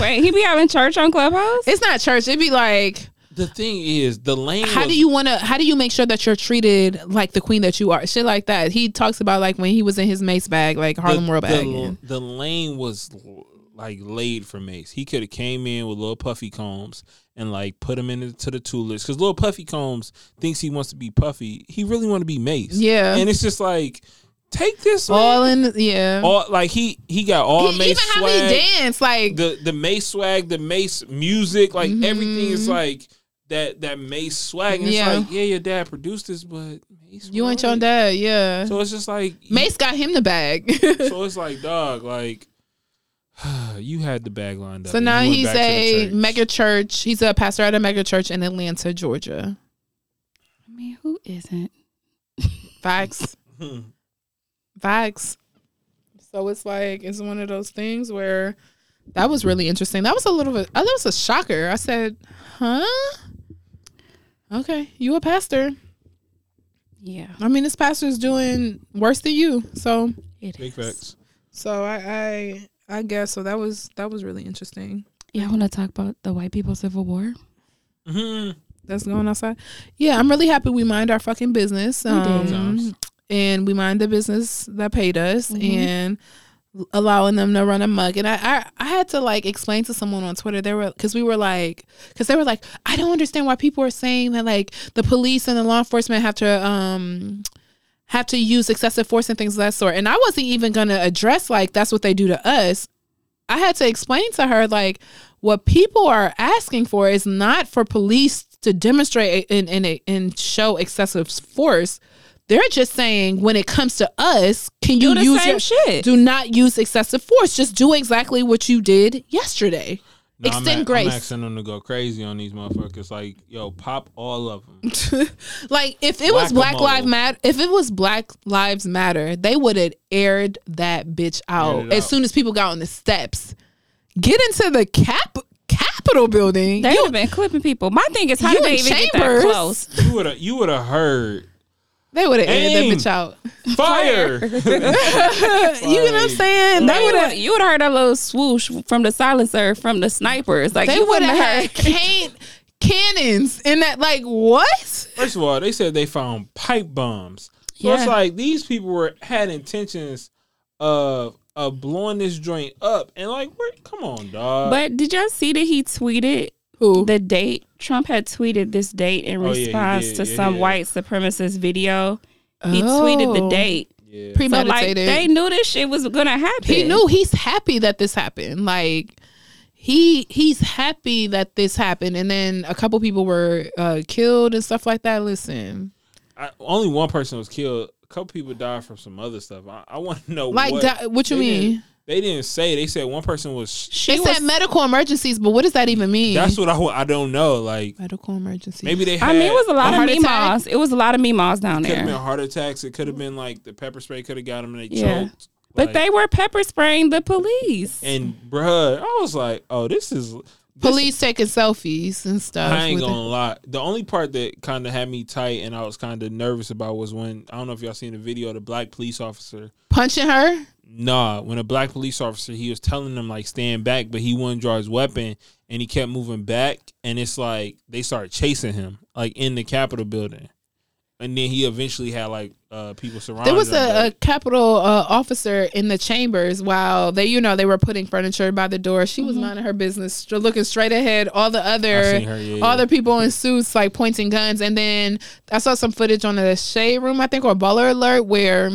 Wait, he be having church on Clubhouse?
it's not church. It'd be like
the thing is, the lane.
how
was-
do you want to how do you make sure that you're treated like the queen that you are shit like that he talks about like when he was in his mace bag like harlem world bag
the,
and-
the lane was l- like laid for Mace. He could have came in with little puffy combs and like put him into the tulips because little puffy combs thinks he wants to be puffy. He really want to be Mace.
Yeah.
and it's just like take this
all
man.
in yeah
all like he he got all
he,
Mace
even how
swag.
he dance like
the the Mace swag, the Mace music, like
Mm-hmm.
everything is like. That that Mace swag, and
Yeah.
it's like, yeah, your dad produced this, but Mace
you ain't your
wrote it.
dad yeah
So it's just like
mace got him the bag
so it's like, dog, like you had the bag lined up.
so
and
now
you went
he's
back to the
a
church.
mega church he's a pastor at a mega church in atlanta georgia
I mean, who isn't?
facts facts so it's like it's one of those things where that was really interesting that was a little bit oh, that was a shocker i said huh okay you a pastor
Yeah.
I mean, this pastor's doing worse than you. So,
It
Big
is.
facts.
so I, I, I guess so. That was that was really interesting.
Yeah, I want to talk about the white people civil war.
Mhm.
That's going outside. Yeah, I'm really happy we mind our fucking business. Um,
Sometimes.
and we mind the business that paid us
Mhm.
and allowing them to run amok. And I, I, I had to like explain to someone on Twitter. They were because we were like because they were like I don't understand why people are saying that like the police and the law enforcement have to um have to use excessive force and things of that sort. And I wasn't even gonna address like that's what they do to us. I had to explain to her like what people are asking for is not for police to demonstrate and and, and show excessive force. They're just saying when it comes to us, can
Do
you
the
use
same
your-
shit.
Do not use excessive force. Just do exactly what you did yesterday.
No, I'm
Extend
a-
grace.
I'm asking them to go crazy on these motherfuckers. Like, yo, pop all of them.
like if it was Black
Whack-a-mole.
Lives Matter, if it was Black Lives Matter, they would have aired that bitch out
Aired it
as
out.
soon as people got on the steps. Get into the cap Capitol building.
They
You-
have been clipping people. My thing is, how
you
did they
in
even get that
chambers.
close?
You would have you would have heard
they would have aired
Aim.
that bitch out.
fire.
you know what I'm saying? They would have.
You would have heard a little swoosh from the silencer from the snipers. Like
They
you
would have
heard.
had can- cannons in that. Like what?
First of all, they said they found pipe bombs. So it's
Yeah.
like these people were had intentions of of blowing this joint up, and like, where, come on, dog.
But did y'all see that he tweeted
Who?
the date? Trump had tweeted this date in
Oh, yeah, he
response
did.
to
Yeah, he
some
did.
white supremacist video. He tweeted the
Oh.
date.
yeah.
But like
Premeditated.
they knew this shit was gonna happen.
he knew he's happy that this happened like he he's happy that this happened and then a couple people were uh killed and stuff like that listen
I, only one person was killed. A couple people died from some other stuff. I, I want to know
like
what.
that, what you
They
mean
Didn't, they didn't say. They said one person was.
she
they
was.
said medical emergencies but what does that even mean
That's what I. wa- I don't know. Like
medical emergencies
maybe they. Had,
I mean, it was a lot of
A heart attack?
meemaws. It was a lot of meemaws down
Could have
there.
been heart attacks. It could have been like the pepper spray could have got them and they
Yeah.
choked.
But
Like,
they were pepper spraying the police.
and bruh, I was like, oh, this is.
police taking selfies and stuff
I ain't
with it.
gonna lie. The only part that kind of had me tight and I was kind of nervous about was when I don't know if y'all seen the video of the black police officer
punching her
Nah, when a black police officer, he was telling them like stand back, but he wouldn't draw his weapon, and he kept moving back, and it's like they started chasing him like in the Capitol building, and then he eventually had like uh people surrounding.
there was
him,
a, a
like,
capitol uh, officer in the chambers while they you know they were putting furniture by the door she was minding her business str- looking straight ahead all the
I
other
seen her, yeah,
all
yeah.
the people in suits like pointing guns and then i saw some footage on the shade room i think or baller alert where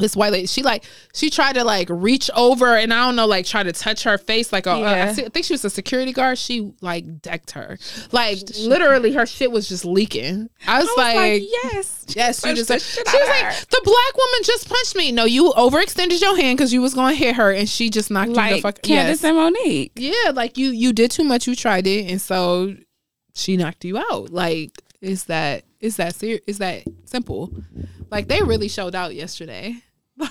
this white lady she like she tried to like reach over and i don't know like try to touch her face like a,
Yeah.
uh, I, see- I think she was a security guard she like decked her like literally her shit was just leaking i was,
I was
like,
like, yes.
Yes, you
Punched
just
the
like, she
shit
was
outta
like,
her.
the black woman just punched me. No, you overextended your hand because you was gonna hit her, and she just knocked you the
Like
fuck.
Candace
yes.
and Monique.
yeah, like you you did too much. You tried it, and so she knocked you out. Like, is that is that ser- is that simple? Like they really showed out yesterday.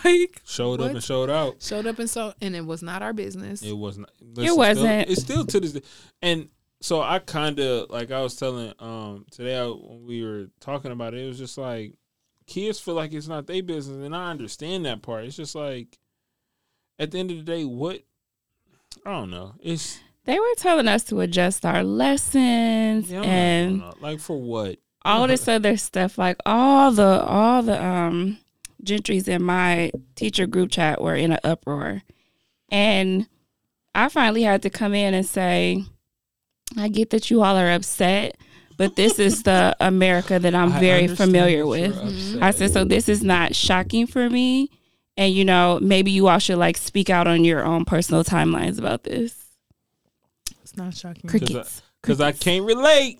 Like
Showed
What?
up and showed out.
showed up and so, and it was not our business.
It was not. listen,
wasn't.
Still, it's still to this day. And so I kind of like I was telling um today I, when we were talking about it, it was just like kids feel like it's not their business, and I understand that part. It's just like at the end of the day, what I don't know. It's
They were telling us to adjust our lessons
yeah, I don't
and
know. like for what?
all this other stuff. Like all the all the um gentries in my teacher group chat were in an uproar. And I finally had to come in and say, I get that you all are upset, but this is the America that I'm
I
very
understand
familiar
that you're
with. Mm-hmm.
upset.
I said, so this is not shocking for me. And, you know, maybe you all should like speak out on your own personal timelines about this.
It's not shocking.
Crickets.
because I can't relate.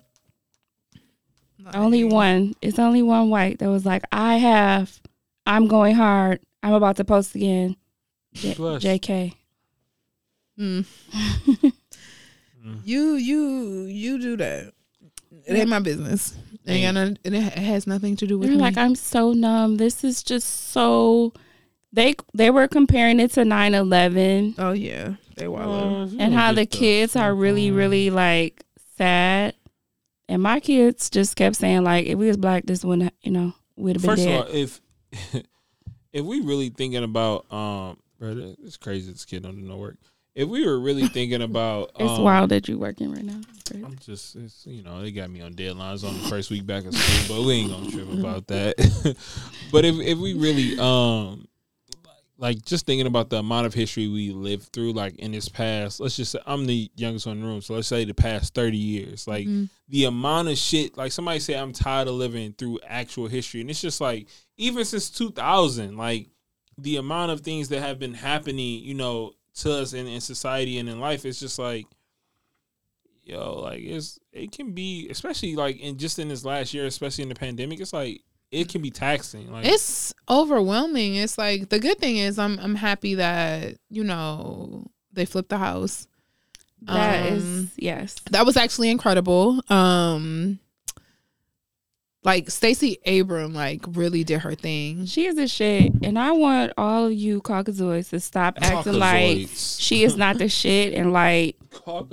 Only one. It's only one white that was like, I have, I'm going hard. I'm about to post again. J-
Bless.
JK.
Mm. you you you do that. It ain't my business. It ain't got none, it ha- it has nothing to do with
They're
me.
Mm,
Mm-hmm.
like, I'm so numb. This is just so. They they were comparing it to 9/11
oh yeah, they
Mm.
wallow.
Mm-hmm.
Mm-hmm.
and how the kids are really really like sad, and my kids just kept saying like, if we was black, this wouldn't you know would have been
First
dead.
of all, if if we really thinking about um, bro, it's crazy this kid don't do no work. If we were really thinking about, um,
it's wild that you're working right now. It's crazy.
I'm just, it's, you know, they got me on deadlines on the first week back of school, but we ain't gonna trip about that. but if if we really um. Like just thinking about the amount of history we lived through, like in this past, let's just say I'm the youngest one in the room, so let's say the past 30 years, like
Mm-hmm.
the amount of shit, like somebody said, I'm tired of living through actual history, and it's just like even since 2000, like the amount of things that have been happening, you know, to us in, in society and in life, it's just like, yo, like it's it can be, especially like in just in this last year, especially in the pandemic, it's like it can be taxing. Like
It's overwhelming. It's like the good thing is I'm I'm happy that you know they flipped the house.
That is
Um,
yes.
that was actually incredible. Um, like Stacey Abram, like really did her thing.
She is a shit, and I want all of you Caucasoids to stop acting like
Caucasoids.
she is not the shit, and like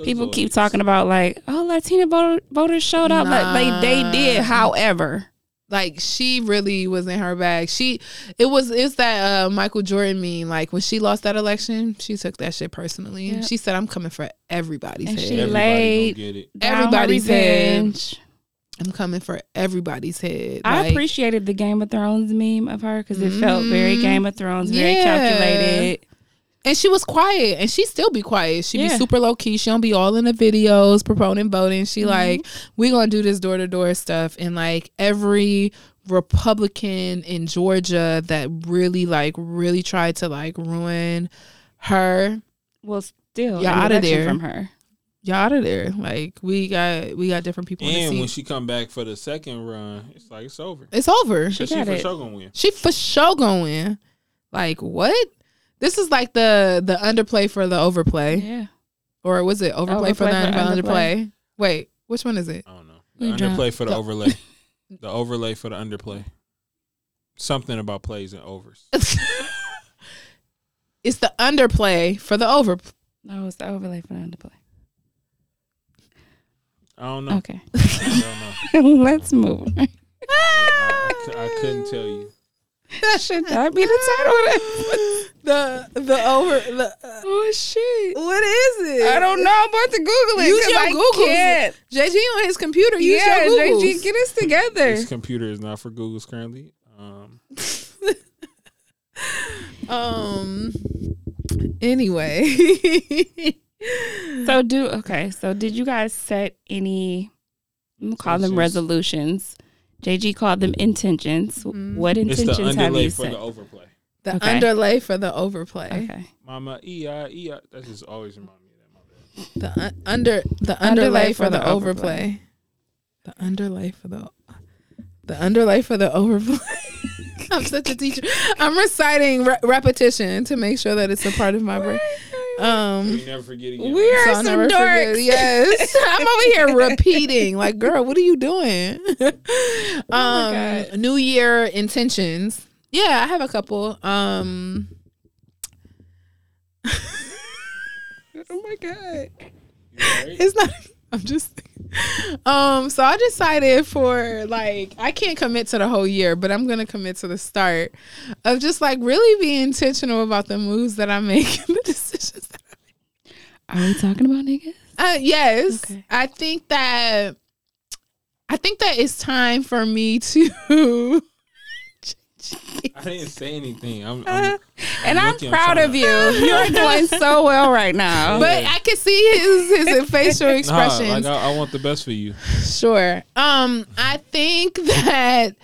people keep
Caucasoids.
talking about like, oh, Latina voter, voters showed up, like they they did.
Nah.
However,
like she really was in her bag. She it was it's that uh Michael Jordan meme. Like when she lost that election, she took that shit personally.
Yep.
She said, I'm coming for everybody's
And
head.
she-
Everybody gonna
late.
get it.
down her
Everybody's head.
revenge.
I'm coming for everybody's head.
I
Like,
appreciated the Game of Thrones meme of her because it felt very
Mm,
Game of Thrones, very
yeah.
calculated.
and she was quiet and she still be quiet. She
Yeah.
be super low key. She don't be all in the videos, proponent voting.
Mm-hmm.
She like, we gonna do this door to door stuff and like every Republican in Georgia that really like really tried to like ruin her
Well, still,
Yeah,
an
outta
election
there.
from her.
y'all out of there. Like we got we got different people. in
And
the
when
seat.
she come back for the second run, it's like it's over.
it's over.
She,
She
she
got
for
it.
sure gonna win.
She for sure going. Like what? This is like the the underplay for the overplay,
Yeah,
or was it overplay, for the
Overplay for
underplay?
underplay.
Wait, which one is it?
I don't know. The
You drunk.
underplay for the overlay. the overlay for the underplay. Something about plays and overs.
it's the underplay for the over.
no, it's the overlay for the underplay.
I don't know.
Okay,
I don't know.
let's move. on.
I, I cou- I couldn't tell you.
Should that be the title? Of that?
The the over. The, uh,
oh shit.
what is it?
I don't know. I'm about to Google it.
Use
'cause
your
I
Googles.
Can't.
JG on his computer. Use
yeah,
your Googles.
JG, get us together.
This computer is not for Google's currently. Um,
Um. Anyway.
So do okay. So did you guys set any? I'm gonna call them resolutions. JG called them intentions. What
it's the
intentions have
underlay
you
for
set?
the overplay.
The
Okay.
underlay for the overplay.
Okay.
Mama, E I E I. That just always remind me of that. My bad.
The un- under the underlay, for, the, overplay. The underlay for the the underlay for the overplay. I'm such a teacher. I'm reciting re- repetition to make sure that it's a part of my brain. Um
You never forget again.
We
so
are
I'll
some
never forget.
dorks.
Yes. I'm over here repeating like, girl, what are you doing? um
God.
new year intentions. Yeah, I have a couple. Um
Oh my god.
Right?
It's not. I'm just. Um. So I decided for like I can't commit to the whole year, but I'm gonna commit to the start of just like really being intentional about the moves that I make and the decisions. That
Are we talking about niggas?
I, uh, yes,
Okay.
I think that. I think that it's time for me to.
I didn't say anything. I'm, I'm
Uh, And I'm
looking, I'm
proud
trying
of
to-
you. You're doing so well right now.
But I can see his his facial
nah,
expressions.
like uh, I, I want the best for you.
Sure. Um, I think that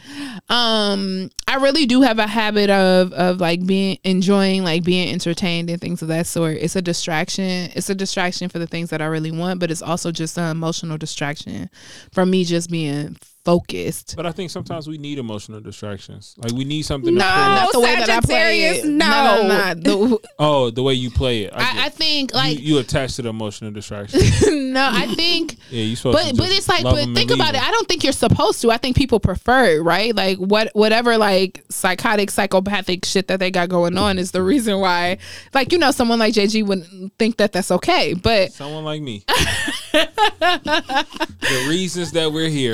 um I really do have a habit of of like being enjoying like being entertained and things of that sort. It's a distraction. It's a distraction for the things that I really want, but it's also just an emotional distraction from me just being focused.
But I think sometimes we need emotional distractions. Like we need something.
No.
To
Oh, Sagittarius,
No,
no.
no, no. The-
pull. Oh, the way you play it. I, get
I, I
it.
think
You-
like
you, attached to the emotional distraction.
no, I think
Yeah, you supposed to.
but but
just
it's like
love
but
'em and
think
leave
about
'em.
it i don't think you're supposed to i think people prefer it right like what whatever like psychotic psychopathic shit that they got going on is the reason why like you know someone like jg wouldn't think that that's okay but
Someone like me. the reasons that we're here.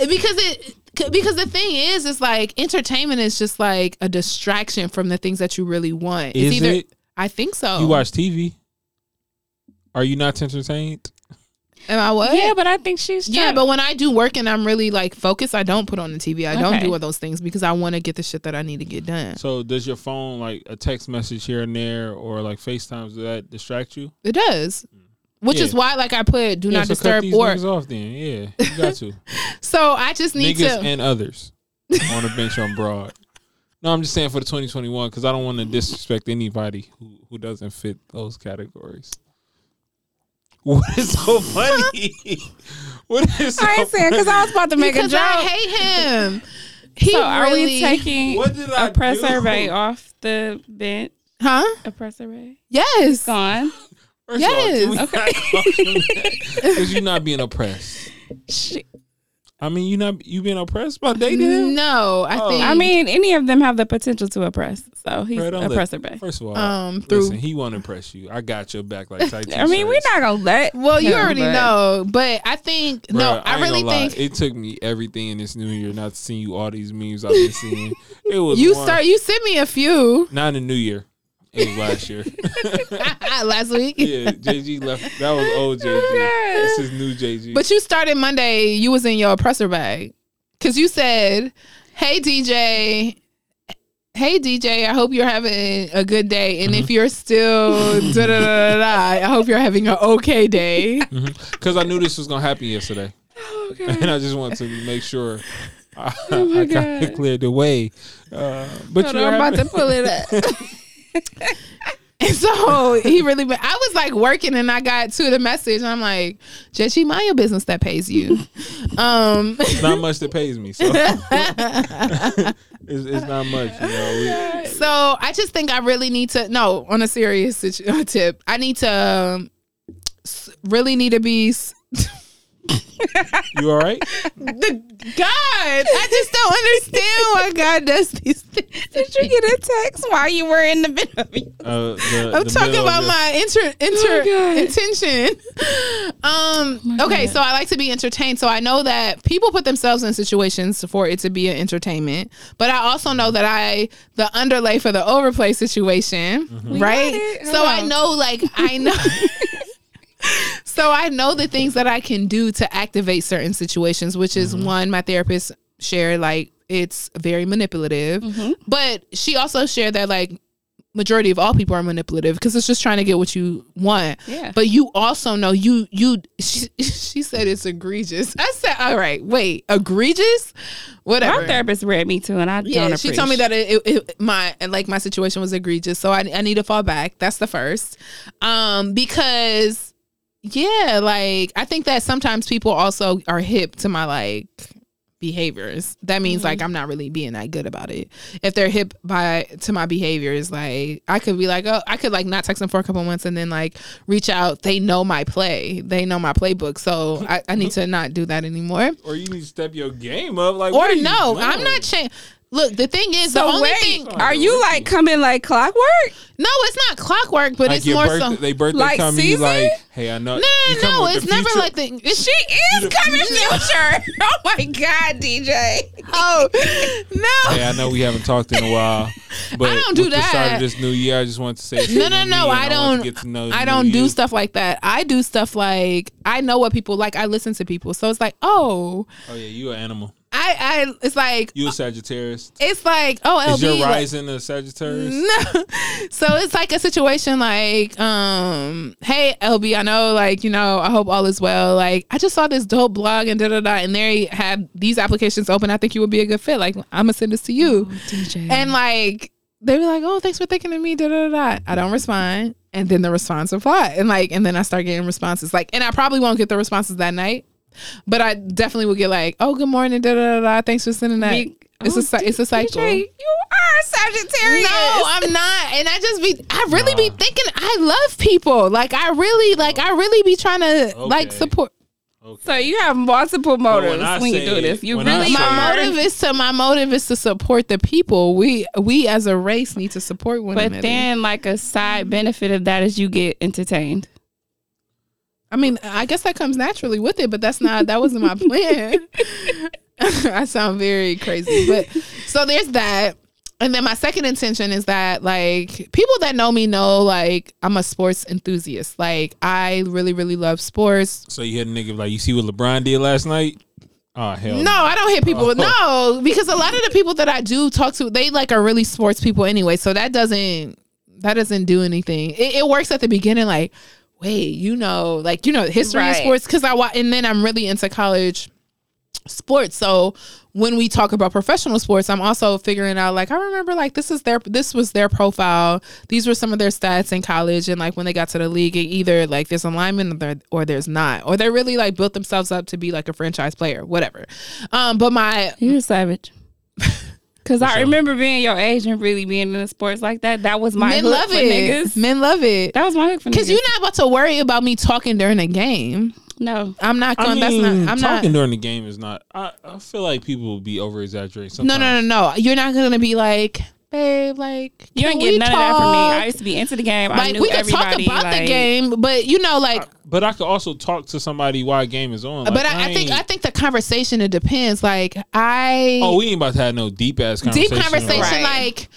because it because the thing is it's like entertainment is just like a distraction from the things that you really want
Is it?
i think so
You watch TV. Are you not entertained?
am i what
yeah, but I think she's
Yeah,
trying-
but when I do work and I'm really like focused, I don't put on the TV. I don't
Okay.
do all those things because I want to get the shit that I need to get done.
So does your phone like a text message here and there or like FaceTimes does that distract you?
It does.
Mm.
Which is
Yeah.
why like I put do
Yeah,
not
so cut
disturb
these
or
niggas off then. Yeah, you got to.
so I just need
niggas
to
and others on the bench on broad. No, I'm just saying for the 2021 because I don't want to disrespect anybody who, who doesn't fit those categories. What is so funny? what is so
I ain't saying because I was about to make
because
a joke.
I hate him. He
so are
really
we taking
What did I
a press
do?
survey off the bench?
Huh?
A press survey
Yes.
gone.
First of all, can
Yes.
we not call him that? 'Cause you're not being oppressed.
Shit.
I mean, you not you being oppressed by dating him.
No, I
Oh.
think
I mean, any of them have the potential to oppress. So he's
Bro, don't
a
let-
press survey.
First of all,
um through
Oh, listen, he won't impress you. I got your back like tight.
I mean, we're
t-shirts.
not gonna let.
well, you
him,
already
but-
know, but I think no,
Bruh,
I,
ain't
really
gonna lie.
think
it took me everything in this new year not to see you all these memes I've been seeing. It was
you
one-
start you sent me a few
not in the new year. It was last year.
last week.
yeah, JG left. That was old JG. This is new JG.
But you started Monday, you was in your oppressor bag. Cause you said, Hey DJ, hey DJ, I hope you're having a good day. And if you're still da da da da da, I hope you're having an okay day.
because I knew this was gonna happen yesterday,
Oh, God.
and I just wanted to make sure I,
my
I kind of
God.
cleared the way. Uh, but
Oh Hold
you
on, I'm
were
about
having-
to pull it up. and so he really been I was like working and I got to the message and I'm like, Jesse, mind your business that pays you. Um
it's not much that pays me, so it's, it's not much. You know, we,
So I just think I really need to no on a serious situ- tip. I need to um, s- really need to be s-
you all right?
the God. I just don't understand why God does these things.
Did you get a text while you were in the middle?
Uh, the,
I'm
the
talking
bill
about
just-
my inter, inter
Oh God. Oh
intention. Um, okay, so I like to be entertained. So I know that people put themselves in situations for it to be an entertainment, but I also know that I the underlay for the overplay situation, right?
Mm-hmm. it.
So
Hold
I
on.
know, like I know. So I know the things that I can do to activate certain situations, which is
Mm-hmm.
one, my therapist shared like it's very manipulative, but she also shared that like majority of all people are manipulative because it's just trying to get what you want.
Yeah.
But you also know you you she, she said it's egregious. I said, all right, wait, egregious, whatever.
My therapist read me too, and I
yeah,
don't.
she told me
appreciate-
that it, it, it my and, like my situation was egregious, so I I need to fall back. That's the first, um, because yeah, like I think that sometimes people also are hip to my like behaviors. That means
Mm-hmm.
like I'm not really being that good about it. If they're hip by to my behaviors, like I could be like, oh, I could like not text them for a couple months and then like reach out. They know my play. They know my playbook. So
Mm-hmm.
I, I need to not do that anymore
Or you need to step your game up. Like,
or
what are you
no, I'm
doing?
not changing. Look, the thing is, the
So
only
wait,
thing.
are you like coming like clockwork?
No, it's not clockwork, but
Like
it's
your
more
birthday,
so.
they birthday
like
come and you
season?
like, hey, I know.
no,
you come
no,
with
it's
the
never
future.
like the. It's,
She is coming future. Oh my god, DJ.
oh no,
Hey, I know we haven't talked in a while, but
don't do
with the start
that.
of this new year, I just wanted to say,
no, no, no. I don't.
get to know
I
you
don't
and
do
you.
stuff like that. I do stuff like I know what people like. I listen to people, so it's like, oh,
Oh yeah, you an animal.
I, I. It's like,
You a Sagittarius?
it's like, oh, LB.
Is your
like-
rising a Sagittarius?
No. So it's like a situation like, um, hey LB, I know, like, you know, I hope all is well. Like, I just saw this dope blog and da da da, and they have these applications open. I think you would be a good fit. Like, I'm gonna send this to you.
Mm-hmm. DJ.
And like they were like, "Oh, thanks for thinking of me." Da da da. da. I don't respond, and then the response reply, and like, and then I start getting responses. Like, and I probably won't get the responses that night, but I definitely will get like, "Oh, good morning." Da da da. da. Thanks for sending that.
Be-
it's
Oh,
a cy- it's a cycle.
DJ, you are Sagittarius.
No, I'm not. And I just be, I really be thinking, I love people. Like, I really, like, I really be trying to, like,
Okay.
support.
so you have multiple motives
I
when, you
say-
do this. You
when I
really
say-
My
are.
motive is to, my motive is to support the people. We, we as a race need to support one
But
another.
then, like a side benefit of that is you get entertained.
I mean, I guess that comes naturally with it, but that's not, that wasn't my plan. I sound very crazy, but so there's that. And then my second intention is that like people that know me know like I'm a sports enthusiast. Like I really really love sports.
So you had a nigga like, you see what LeBron did last night? Oh hell,
No, I don't hit people. No, because a lot of the people that I do talk to, they like are really sports people anyway. So that doesn't that doesn't do anything. It, it works at the beginning, like wait, you know, like you know, the history of
Right.
sports. Because I wa- and then I'm really into college sports. So when we talk about professional sports, I'm also figuring out like I remember like this is their this was their profile. These were some of their stats in college and like when they got to the league, it either like there's alignment or, there, or there's not, or they really like built themselves up to be like a franchise player, whatever. Um, but my
You're a savage. Cause I remember being your age and really being in the sports like that. That was my
men
hook
love
for
it.
niggas.
Men love it.
That was my hook for
Cause
niggas.
you're not about to worry about me talking during a game.
no,
I'm not
I
going.
mean,
that's not. I'm not.
talking during the game is not. I, I feel like people will be over exaggerating.
No, no, no, no. You're not gonna be like, babe, like
you
can
ain't
we
getting none of that from me.
talk?"
I used to be into the game. I
like
knew
we could talk
everybody.
about
like,
the game, but you know, like,
But I could also talk to somebody while game is
uh,
on.
but
Like,
I, I think
ain't-
I think the conversation it depends. Like I
Oh, we ain't about to have no deep ass
deep
conversation.
conversation,
Right.
like,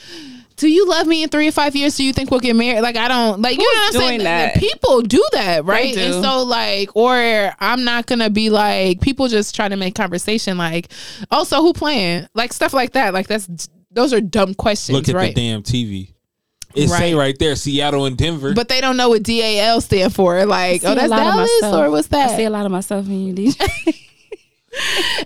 do you love me in three or five years? Do you think we'll get married? Like I don't like you know what I'm
doing
saying.
that?
People do that, right?
do.
And so like, or I'm not gonna be like people just trying to make conversation. Like, oh, so who playing? Like stuff like that. Like that's those are dumb questions,
Look at
right?
the damn TV. It say right there, Seattle and Denver.
but they don't know what DAL stand for. Like,
I see
oh,
a
that's
lot of
Dallas
myself.
or what's that?
I see a lot of myself in you, DJ.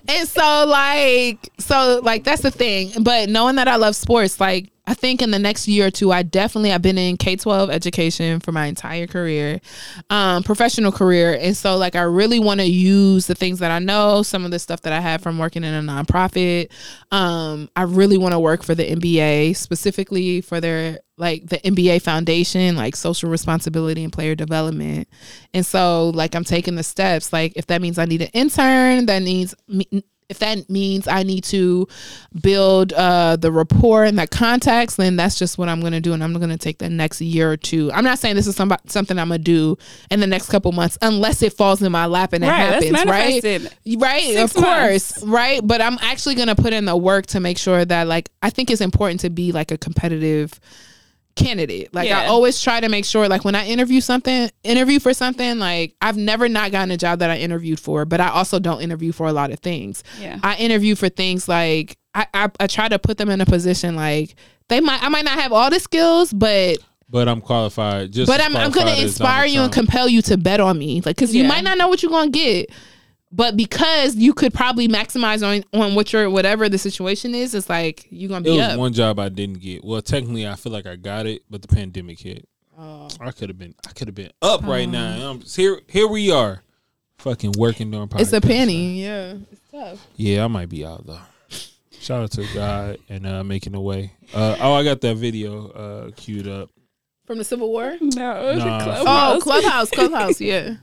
and so like so like that's the thing but knowing that i love sports like i think in the next year or two i definitely i've been in k-12 education for my entire career um professional career and so like i really want to use the things that i know some of the stuff that i have from working in a nonprofit um i really want to work for the nba specifically for their like the nba foundation like social responsibility and player development and so, like, I'm taking the steps. Like, if that means I need an intern, that needs me. If that means I need to build uh, the rapport and the contacts, then that's just what I'm going to do, and I'm going to take the next year or two. I'm not saying this is somebody, something I'm going to do in the next couple months, unless it falls in my lap and it
Right, let's
happens, right?
manifest it.
Right,
Six
of
months.
course, right. But I'm actually going to put in the work to make sure that, like, I think it's important to be like a competitive candidate. Like I
Yeah.
always try to make sure like when I interview something, interview for something, like I've never not gotten a job that I interviewed for, but I also don't interview for a lot of things.
Yeah.
I interview for things like I, I, I try to put them in a position like They might I might not have all the skills, but
But I'm qualified. Just
but
as
I'm I'm
qualified
gonna
as
inspire
Donald
you and
Trump.
compel you to bet on me. Like cause you
Yeah.
might not know what you're gonna get. But because you could probably maximize on on what your whatever the situation is, it's like you're gonna
It
be
was
up.
one job I didn't get. Well, technically, I feel like I got it, but the pandemic hit.
Oh.
I could have been, I could have been up right now. And I'm here, here we are, fucking working on.
it's a
podcasts.
penny, yeah. It's tough.
Yeah, I might be out though. Shout out to God and uh, making a way. Uh, oh, I got that video uh, queued up.
From the Civil War?
No,
Nah.
Oh, clubhouse, clubhouse, yeah.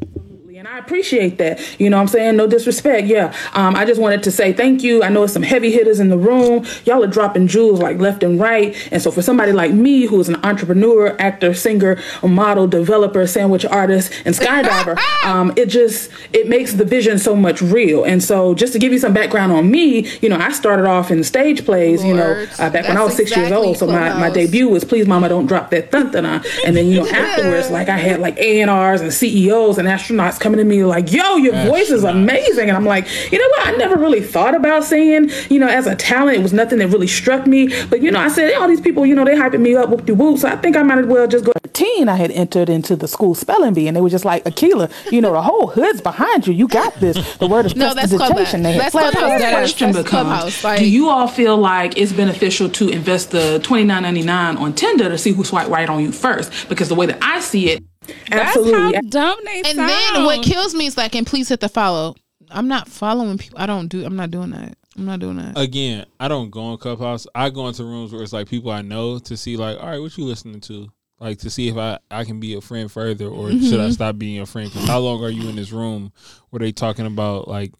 Absolutely, And I appreciate that. You know what I'm saying? No disrespect. Yeah. Um, I just wanted to say thank you. I know it's some heavy hitters in the room. Y'all are dropping jewels like left and right. And so for somebody like me, who is an entrepreneur, actor, singer, model, developer, sandwich artist, and skydiver, um, it just it makes the vision so much real. And so just to give you some background on me, you know, I started off in stage plays, you know,
Lord,
uh, back when I was
that's
six years
exactly
old. So my, my
Clubhouse.
debut was Please Mama Don't Drop That Thun Thun On. And then, you know, afterwards, like I had like A&Rs and CEOs and astronauts coming to me like, yo, your voice is amazing. And I'm like, you know what? I never really thought about singing, you know, as a talent. It was nothing that really struck me. But, you know, I said, all these people, you know, they hyping me up, whoop de whoop. So I think I might as well just go. 13, I had entered into the school spelling bee and they were just like, Akila, you know, the whole hood's behind you. You got this. The word is
No, that's clubhouse. That's clubhouse. That is
question
that's
becomes,
clubhouse. Like,
do you all feel like it's beneficial to invest the twenty nine ninety nine on Tinder to see who swipe right on you first? Because the way that I see it,
That's how dumb they
and
sound.
then what kills me is like, and please hit the follow. I'm not following people. I don't do. I'm not doing that. I'm not doing that.
Again, I don't go on Clubhouse. I go into rooms where it's like people I know to see, like, all right, what you listening to? Like to see if I, I can be a friend further or should I stop being a friend? 'Cause how long are you in this room where they talking about like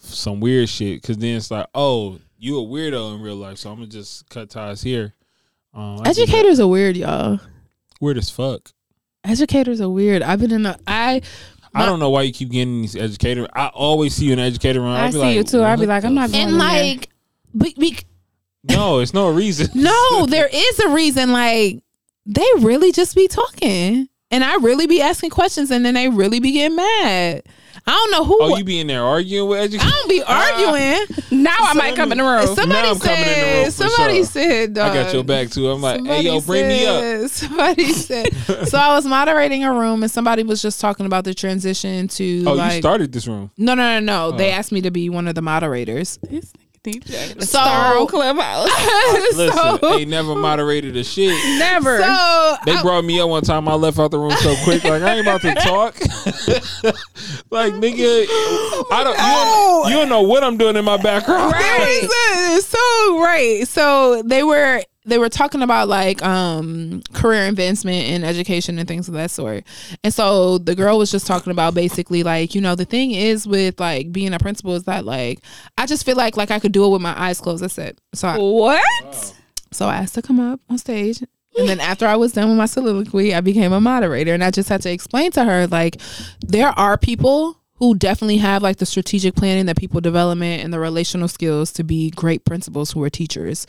some weird shit? Because then it's like, oh, you a weirdo in real life, so I'm gonna just cut ties here. Um, I do that.
Educators are weird, y'all.
weird as fuck.
Educators are weird. I've been in a. I
I don't know why you keep getting these educator. I always see you in educator room.
I
I'd be
see
like,
you too. I'd be
what
like,
the
I'm not going
and
in
like, be, be,
f- No, it's no reason.
no, there is a reason. Like, they really just be talking, and I really be asking questions, and then they really be getting mad. I don't know who.
Oh, you be in there arguing with Ah,
I
educators.
don't be arguing.
there. now I might come in the room.
Somebody
Now I'm coming in the
said.
room for
somebody
sure.
said. uh,
I got your
dog,
back too. I'm like, Uh, hey yo, bring me up.
said- Somebody said. so I was moderating a room, and somebody was just talking about the transition to
Oh,
like.
you Oh. started this room.
no, no, no, no. They asked me to be one of the moderators.
This nigga DJ.
So-
Star on Clubhouse.
Listen,
so,
they never moderated a shit.
Never.
so
They brought me up one time. I left out the room so quick. Like I ain't about to talk. like nigga, I don't. You, don't. you don't know what I'm doing in my background.
Right. so right. So they were they were talking about like um career advancement and education and things of that sort. And so the girl was just talking about basically like, you know, the thing is with like being a principal is that like I just feel like like I could do it with my eyes closed. That's it. So I,
what?
so I asked to come up on stage. And then after I was done with my soliloquy, I became a moderator. And I just had to explain to her like, there are people who definitely have like the strategic planning, the people development, and the relational skills to be great principals who are teachers.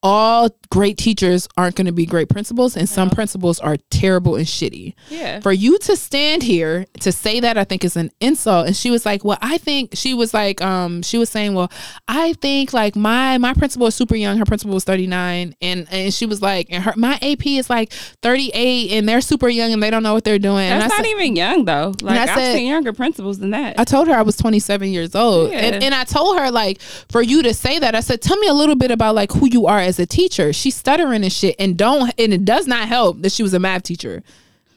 All great teachers aren't going to be great principals, and some principals are terrible and shitty
Yeah.
for you to stand here to say that i think is an insult and she was like well i think she was like um she was saying well i think like my my principal is super young her principal was 39 and and she was like and her my ap is like 38 and they're super young and they don't know what they're doing and
That's
I
not
said-
even young though. Like
I
I've
said-
seen younger principals than that.
I told her I was 27 years old.
Yeah.
And, and I told her, like, for you to say that, I said, tell me a little bit about, like, who you are as a teacher. She's stuttering and shit. And don't, and it does not help that she was a math teacher.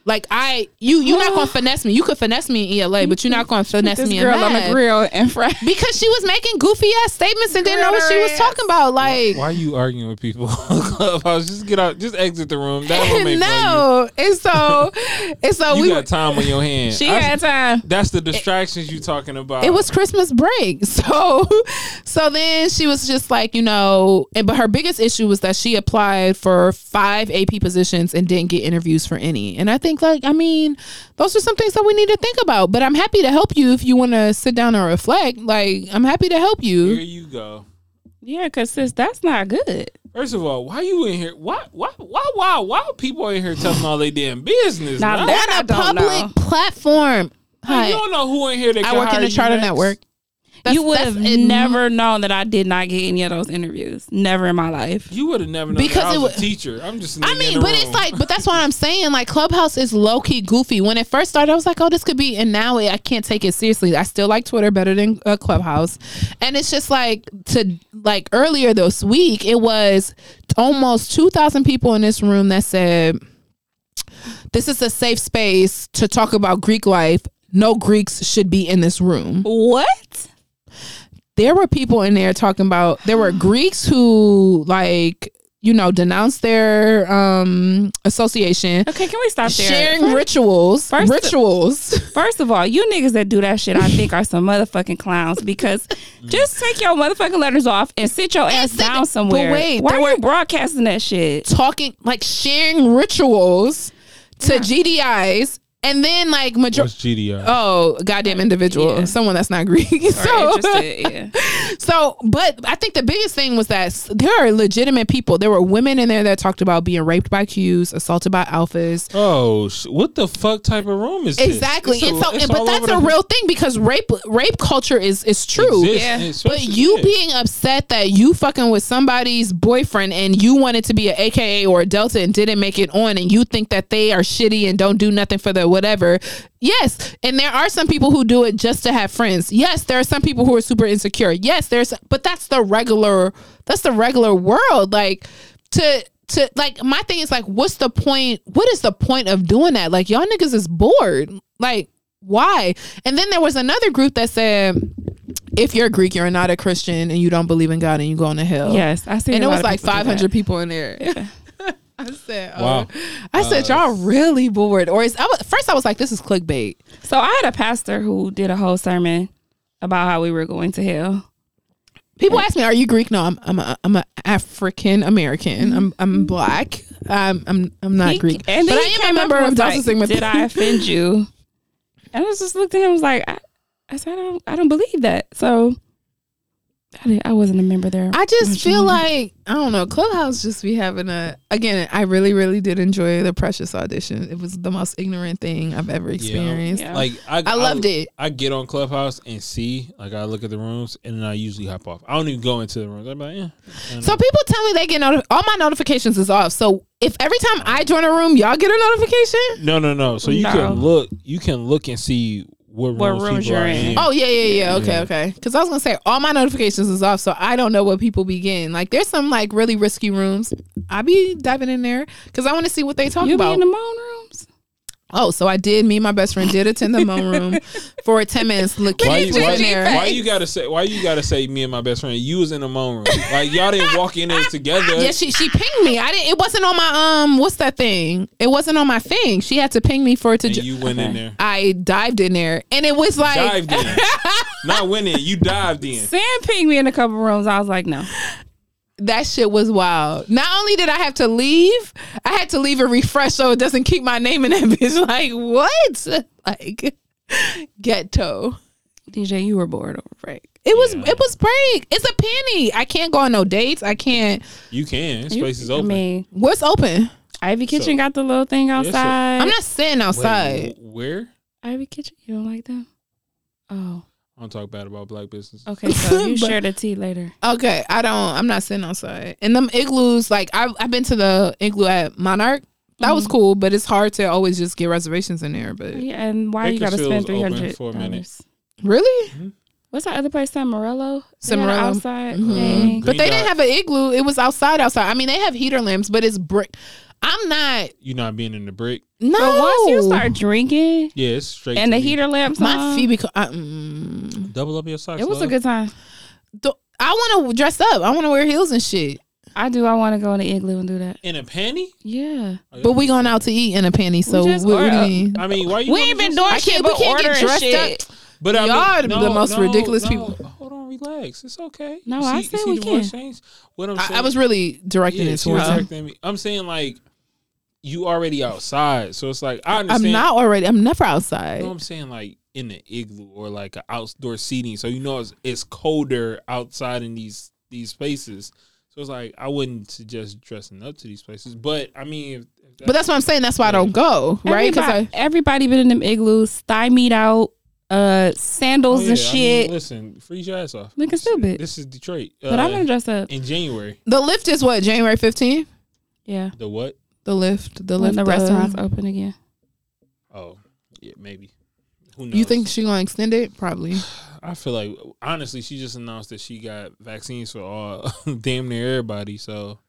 Like, I, you, you're not going to finesse me. You could finesse me in ELA, but you're not going to finesse
this
me
girl
in
on
math.
the grill in front.
Because she was making goofy ass statements and didn't know what she was talking about. Like,
Why are you arguing with people? Clubhouse, just get out. Just exit the room. That will make no.
no. And so, and so
You
we,
got time on your hands.
She had time.
That's the distractions you talking about.
it was Christmas break. So so then she was just like, you know, and but her biggest issue was that she applied for five AP positions and didn't get interviews for any. And I think like, I mean, those are some things that we need to think about. But I'm happy to help you if you want to sit down and reflect. Like, I'm happy to help
Here
you.
you go.
Yeah, cause sis, that's not good.
First of all, why you in here? Why, why, why, why, why people in here telling all they damn business?
Now
man?
that-
On
I
a
don't
public
know.
platform.
you
Hi.
don't know who in here that
I
can
work in
hire
the
you
charter
next.
network. That's-
you would
that's
have
it.
never known that I did not get any of those interviews. Never in my life.
You would have never known
Because
because I
it
was
wa-
a teacher. I'm just. a
I
nigga
mean,
in the
but it's
room.
like, but that's what I'm saying. Like, Clubhouse is low key goofy. When it first started, I was like, oh, this could be, and now it, I can't take it seriously. I still like Twitter better than uh, Clubhouse, and it's just like to like earlier this week, it was almost two thousand people in this room that said, "This is a safe space to talk about Greek life. No Greeks should be in this room."
What?
there were people in there talking about there were Greeks who like you know denounced their um association
Okay, can we stop there?
sharing rituals
first-
rituals
First of all, you niggas that do that shit, I think are some motherfucking clowns because just take your motherfucking letters off and sit your ass
sit-
down
but
somewhere.
wait,
Why
there
are
were-
you broadcasting that shit?
talking like sharing rituals to GDIs and then like major
What's GDI?
oh goddamn individual
Yeah.
someone that's not Greek
Or
so
interested, yeah.
So, but I think the biggest thing was that s- there are legitimate people. There were women in there that talked about being raped by Qs, assaulted by alphas,
Oh, sh- what the fuck type of room is this?
Exactly.
It's a-
and so,
it's
and- but
all
that's
over
a
the-
real thing because rape rape culture is is true.
exists,
Yeah.
and
But
especially
you
this.
being upset that you fucking with somebody's boyfriend and you wanted to be an AKA or a Delta and didn't make it on and you think that they are shitty and don't do nothing for the whatever. Yes, and there are some people who do it just to have friends. Yes, there are some people who are super insecure. Yes, there's but that's the regular that's the regular world like to to like my thing is like what's the point what is the point of doing that? Like y'all niggas is bored. Like why? And then there was another group that said if you're Greek, you're not a Christian and you don't believe in God and you going to hell.
Yes, I see.
And
a
it
lot
was
of
like
people do that.
500 people in there. I said, oh.
Wow.
I said, y'all really bored. Or is, I was, first I was like, this is clickbait.
So I had a pastor who did a whole sermon about how we were going to hell.
People ask me, are you Greek? No, I'm, I'm a, I'm a African American. I'm, I'm black. I'm, I'm, I'm not
Mm-hmm. He-
Greek.
And then
but I
he
am a
came up
member
and
of
was
Delta
like,
Sigma.
Did I offend you? And I was just looked at him and was like, I, I said, I don't, I don't believe that. So I, didn't, I wasn't a member there.
I just feel like I don't know. Clubhouse just be having a again. I really, really did enjoy the Precious audition. It was the most ignorant thing I've ever experienced.
Yeah.
Like I,
I loved it.
I get on Clubhouse and see, like I look at the rooms, and then I usually hop off. I don't even go into the rooms. I'm like, eh. yeah. I don't
So
know.
people tell me they get notified. All my notifications is off. So if every time I join a room, y'all get a notification.
no, no, no. So you
No.
can look, you can look and see what,
What
rooms,
rooms
people
you're
are
in.
in.
Oh yeah, yeah, yeah. Okay, okay. Because I was gonna say all my notifications is off, so I don't know what people be getting. Like there's some like really risky rooms. I be diving in there because I want to see what they talk
you be
about.
in the moan rooms.
oh, so I did. Me and my best friend did attend the moan room for ten minutes. Look,
Why you,
kids was
why,
in there.
why you gotta say why you gotta say me and my best friend you was in the moan room like y'all didn't walk in there together
Yeah, she she pinged me. I didn't. It wasn't on my um. What's that thing? It wasn't on my thing. She had to ping me for it to.
and
ju-
you went in there
I dived in there, and it was like
dived in not went in you dived in
Sam pinged me in a couple rooms. I was like, no.
that shit was wild. Not only did I have to leave, I had to leave and refresh so it doesn't keep my name in that bitch. Like what? Like ghetto.
DJ, you were bored over break.
It was it was break. It's a penny. I can't go on no dates. I can't.
you can this
You-
place is open
I mean,
What's open?
Ivy Kitchen got the little thing
sir.
outside.
I'm not sitting
Wait,
outside.
wh- where
Ivy Kitchen. You don't like them? Oh,
I don't talk bad about black business
okay. So you
But-
share the tea later.
Okay, I don't. I'm not sitting outside. And them igloos, like I've I've been to the igloo at Monarch. That was cool, but it's hard to always just get reservations in there. But
Yeah, and why you gotta
Bakersfield's
spend three
open
hundred
for a minute.
dollars?
really,
What's that other place? San Morello. They got an
San Morello.
outside.
Mhm.
thing.
but they
Green
didn't
dot.
have an igloo. It was outside, outside. I mean, they have heater lamps, but it's brick. I'm not.
you not being in the brick
No,
But once you start drinking
yeah it's straight
and
to
the
me.
heater lamps
my
on,
feet because I, mm,
double up your socks
it was a
love.
good time.
do- I want to dress up. I want to wear heels and shit.
I do. I want to go in the igloo and do that.
in a panty
Yeah,
But we going out to eat in a panty. So
just uh,
what, what do
order-
you mean?
I mean why you
we
wanna
ain't been
just-
doing
I
shit
can't- we
but
can't get
ordering
dressed
shit.
But I
Y'all are
mean,
the most ridiculous people.
Hold on, relax. It's okay.
No,
You
I
see-
said
you see
we
the voice
can.
change? What I'm
I,
saying,
I was really directing
yeah,
it
she was
towards her.
directing me. I'm saying like you already outside, so it's like I understand.
I'm not already. I'm never
You
outside.
know what I'm saying like in the igloo or like an outdoor seating, so you know it's, it's colder outside in these these spaces. So it's like I wouldn't suggest dressing up to these places, but I mean, if, if
But that's what I'm saying. That's why I don't go, right? Because
everybody, everybody been in them igloos, stymied out, uh,
Oh,
sandals and shit.
listen, freeze your ass off.
Look, it's stupid.
This is Detroit.
but I'm
Uh,
gonna dress up.
in January.
The lift is what January fifteenth.
Yeah,
The what?
The lift. The
when
lift.
the
uh,
restaurants open again.
Oh, yeah, maybe. Who knows?
you think she gonna extend it? Probably.
I feel like honestly, she just announced that she got vaccines for all damn near everybody, so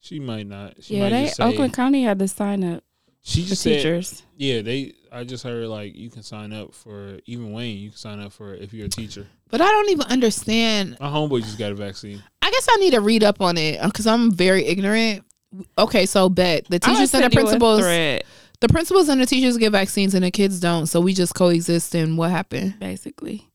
she might not. She
yeah,
might
they
just say,
Oakland County had to sign up
She
for
just said,
teachers.
yeah, they. I just heard like you can sign up for even Wayne. You can sign up for if you're a teacher.
But I don't even understand.
My homeboy just got a vaccine.
I guess I need to read up on it because I'm very ignorant. Okay, so bet the
I'ma
teachers and the
send you a
principals,
thread,
the principals and the teachers get vaccines and the kids don't. So we just coexist. And what happened?
basically.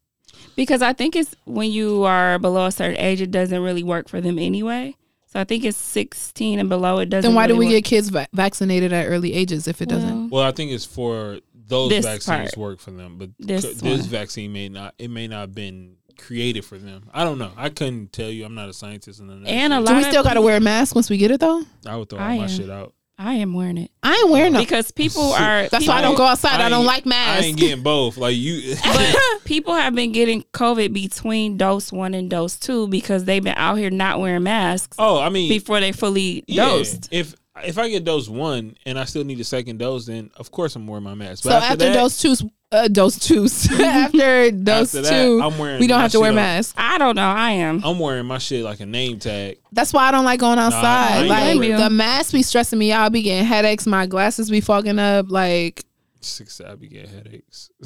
Because I think it's when you are below a certain age, it doesn't really work for them anyway. So I think it's 16 and below. It doesn't.
Then why do
really
we
work.
get kids va- vaccinated at early ages if it doesn't?
Well,
Well, I think it's for those
This
vaccines
part.
work for them, but
This
this,
one.
this vaccine may not. It may not have been created for them. I don't know. I couldn't tell you. I'm not a scientist. And,
And a
Do we
lot
still
of
got to wear a mask once we get it though?
I would throw
I
all my
am.
shit out.
I am wearing it
I ain't wearing no.
because people are.
Oh. That's why I
people-
don't go outside. I, don't
ain't-
like masks.
I ain't getting both. Like you,
But people have been getting COVID between dose one and dose two because they've been out here not wearing masks
Oh, I mean,
before they fully
yeah.
dosed.
If if I get dose one and I still need a second dose, then of course I'm wearing my mask. But
so after,
that,
those twos, uh, those twos, after those
after that,
two,
I'm wearing
we don't
my
have to wear
shit on.
masks.
I don't know. I
Oh.
am.
I'm wearing my shit like a name tag.
That's why I don't like going outside.
Nah, I
like
ain't
got it.
the mask be stressing me out. I be getting headaches. My glasses be fogging up. Like
Six, I be getting headaches.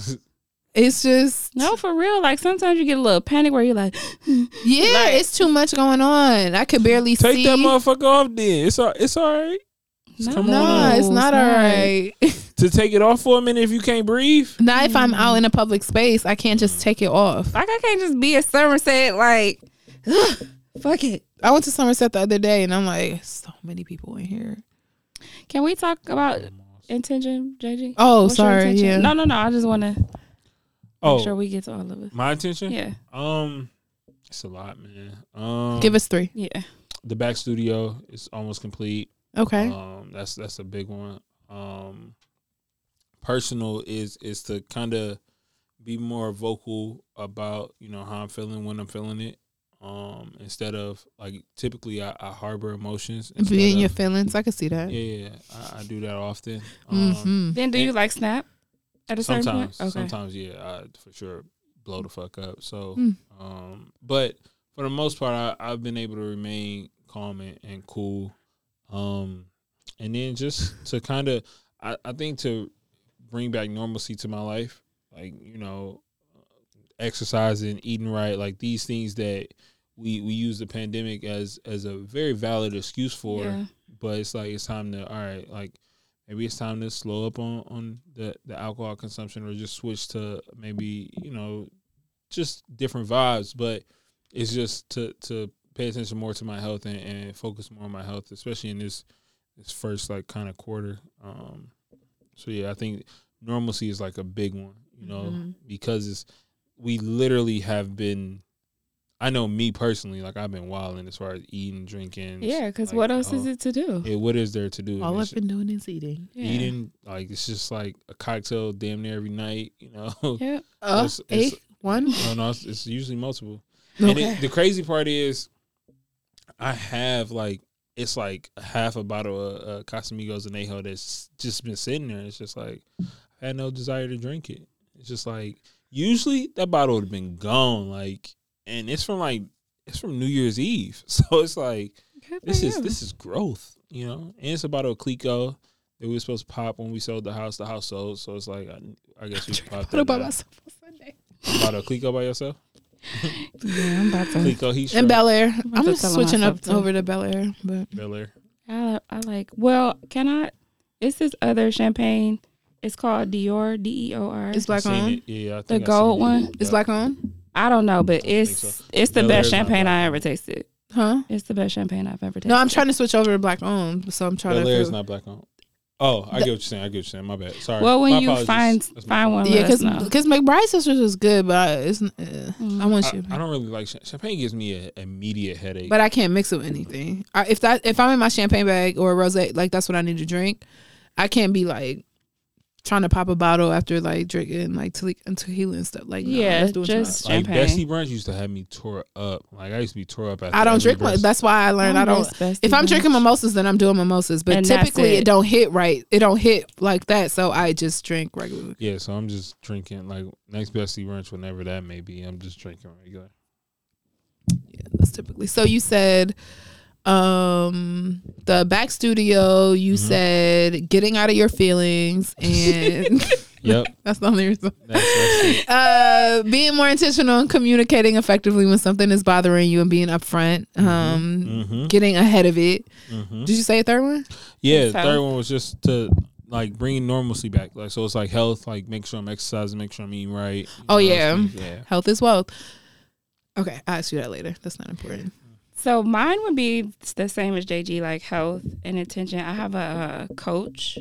it's just
No, for real. Like sometimes you get a little panic where you're like,
yeah, it's too much going on. I could barely
Take
see.
that motherfucker off, then it's all, it's all right
no,
come
no, it's not all right.
to take it off for a minute if you can't breathe.
not if I'm out in a public space. I can't just take it off.
Like I can't just be at Somerset like fuck it.
I went to Somerset the other day, and I'm like, so many people in here.
Can we talk about intention, JG?
Oh,
What's your
sorry.
intention?
Yeah.
No, no, no. I just want to
Oh, Hmm.
make sure we get to all of it.
my attention.
Yeah,
Um, it's a lot, man. Um,
Give us three.
yeah.
the back studio is almost complete.
Okay.
Um, that's that's a big one. Um, personal is is to kind of be more vocal about you know how I'm feeling when I'm feeling it. Um, instead of like typically I, I harbor emotions. instead
Be in your
of-
feelings. I could see that.
yeah, yeah, yeah. I, I do that often. Um,
hmm
Then do you like snap at a certain
Sometimes,
point?
sometimes, yeah, I for sure blow the fuck up. So,
Hmm.
Mm.
um, but for the most part, I, I've been able to remain calm and, and cool. Um, and then just to kind of, I, I think to bring back normalcy to my life, like you know, exercising, eating right, like these things that we we use the pandemic as as a very valid excuse for
Yeah.
but it's like it's time to all right like maybe it's time to slow up on on the the alcohol consumption or just switch to maybe you know just different vibes but it's just to to pay attention more to my health and, and focus more on my health especially in this this first like kind of quarter um so yeah i think normalcy is like a big one you know
Mhm.
because it's we literally have been i know me personally like i've been wilding as far as eating drinking
Yeah, because
like,
what else
oh,
is it to do?
yeah, what is there to do?
All I've
And it's
been doing is eating.
Yeah.
Eating like it's just like a cocktail damn near every night. You know,
Yeah.
Uh,
It's-
eight,
it's-
one.
no, no, it's, it's usually multiple. And
Okay.
it, the crazy part is, I have like it's like half a bottle of uh, Casamigos Anejo that's just been sitting there. It's just like I had no desire to drink it. It's just like usually that bottle would have been gone. Like, and it's from like it's from New Year's Eve, so it's like
Good for
this is
you.
this is growth, you know. And it's about a Clico that we were supposed to pop when we sold the house. The house sold, so it's like I, I guess we pop
What
that.
about
now.
myself on Sunday?
About a Clico by yourself.
Yeah, I'm about to.
Clico, he's
And Bel Air. I'm
to
just
tell
switching
myself
up
to.
over to Bel Air, but
Bel Air.
I, I like. Well, can I? It's this other champagne. It's called Dior. D E O R.
it's
I
black
seen
on.
it. Yeah, I think
The
I seen
gold
it.
one?
Yeah.
It's black on,
I don't know, but
I don't think
it's
so.
it's the
Bel
best
Air's not
champagne
black.
I ever tasted.
huh?
It's the best champagne I've ever tasted.
No, I'm trying to switch over to black on, so I'm trying
Bel Air
to.
is not black on. Oh, I get what you're saying. I get what you're saying. My bad. Sorry.
Well, when
My
you
apologies.
find
That's my
find
fault.
one,
yeah,
let us
because
know.
because McBride sisters was good, but I, it's uh, I want you,
I, I don't really like cha- champagne. Gives me an immediate headache.
but I can't mix it with anything. I, if that if I'm in my champagne bag or a rosé, like that's what I need to drink. I can't be like trying to pop a bottle after like drinking like te- and tequila and stuff. Like, no,
Yeah,
let's do it
just-
tonight.
Like
Champagne.
Bessie Brunch used to have me tore up. Like I used to be tore up. After
I don't
every
drink.
brunch.
Much. That's why I learned I don't.
miss Bestie
If I'm
brunch.
drinking mimosas, then I'm doing mimosas. But
And that's
typically, it.
it.
don't hit right. It don't hit like that. So I just drink regular.
Yeah, so I'm just drinking like next Bessie Brunch, whenever that may be. I'm just drinking regular.
Yeah, that's typically. So you said, um, the back studio. You said getting out of your feelings, and
Yep.
that's the only reason.
That's, that's it.
uh, being more intentional and communicating effectively when something is bothering you and being upfront, um,
Mhm.
getting ahead of it.
Mhm.
Did you say a third one?
Yeah,
So-
third one was just to like bring normalcy back. Like so, it's like health. Like make sure I'm exercising, make sure I'm eating right. You
Oh,
know,
yeah.
it's like- yeah.
Health is wealth. Okay, I'll ask you that later. That's not important.
So mine would be the same as JG, like health and attention. I have a, uh coach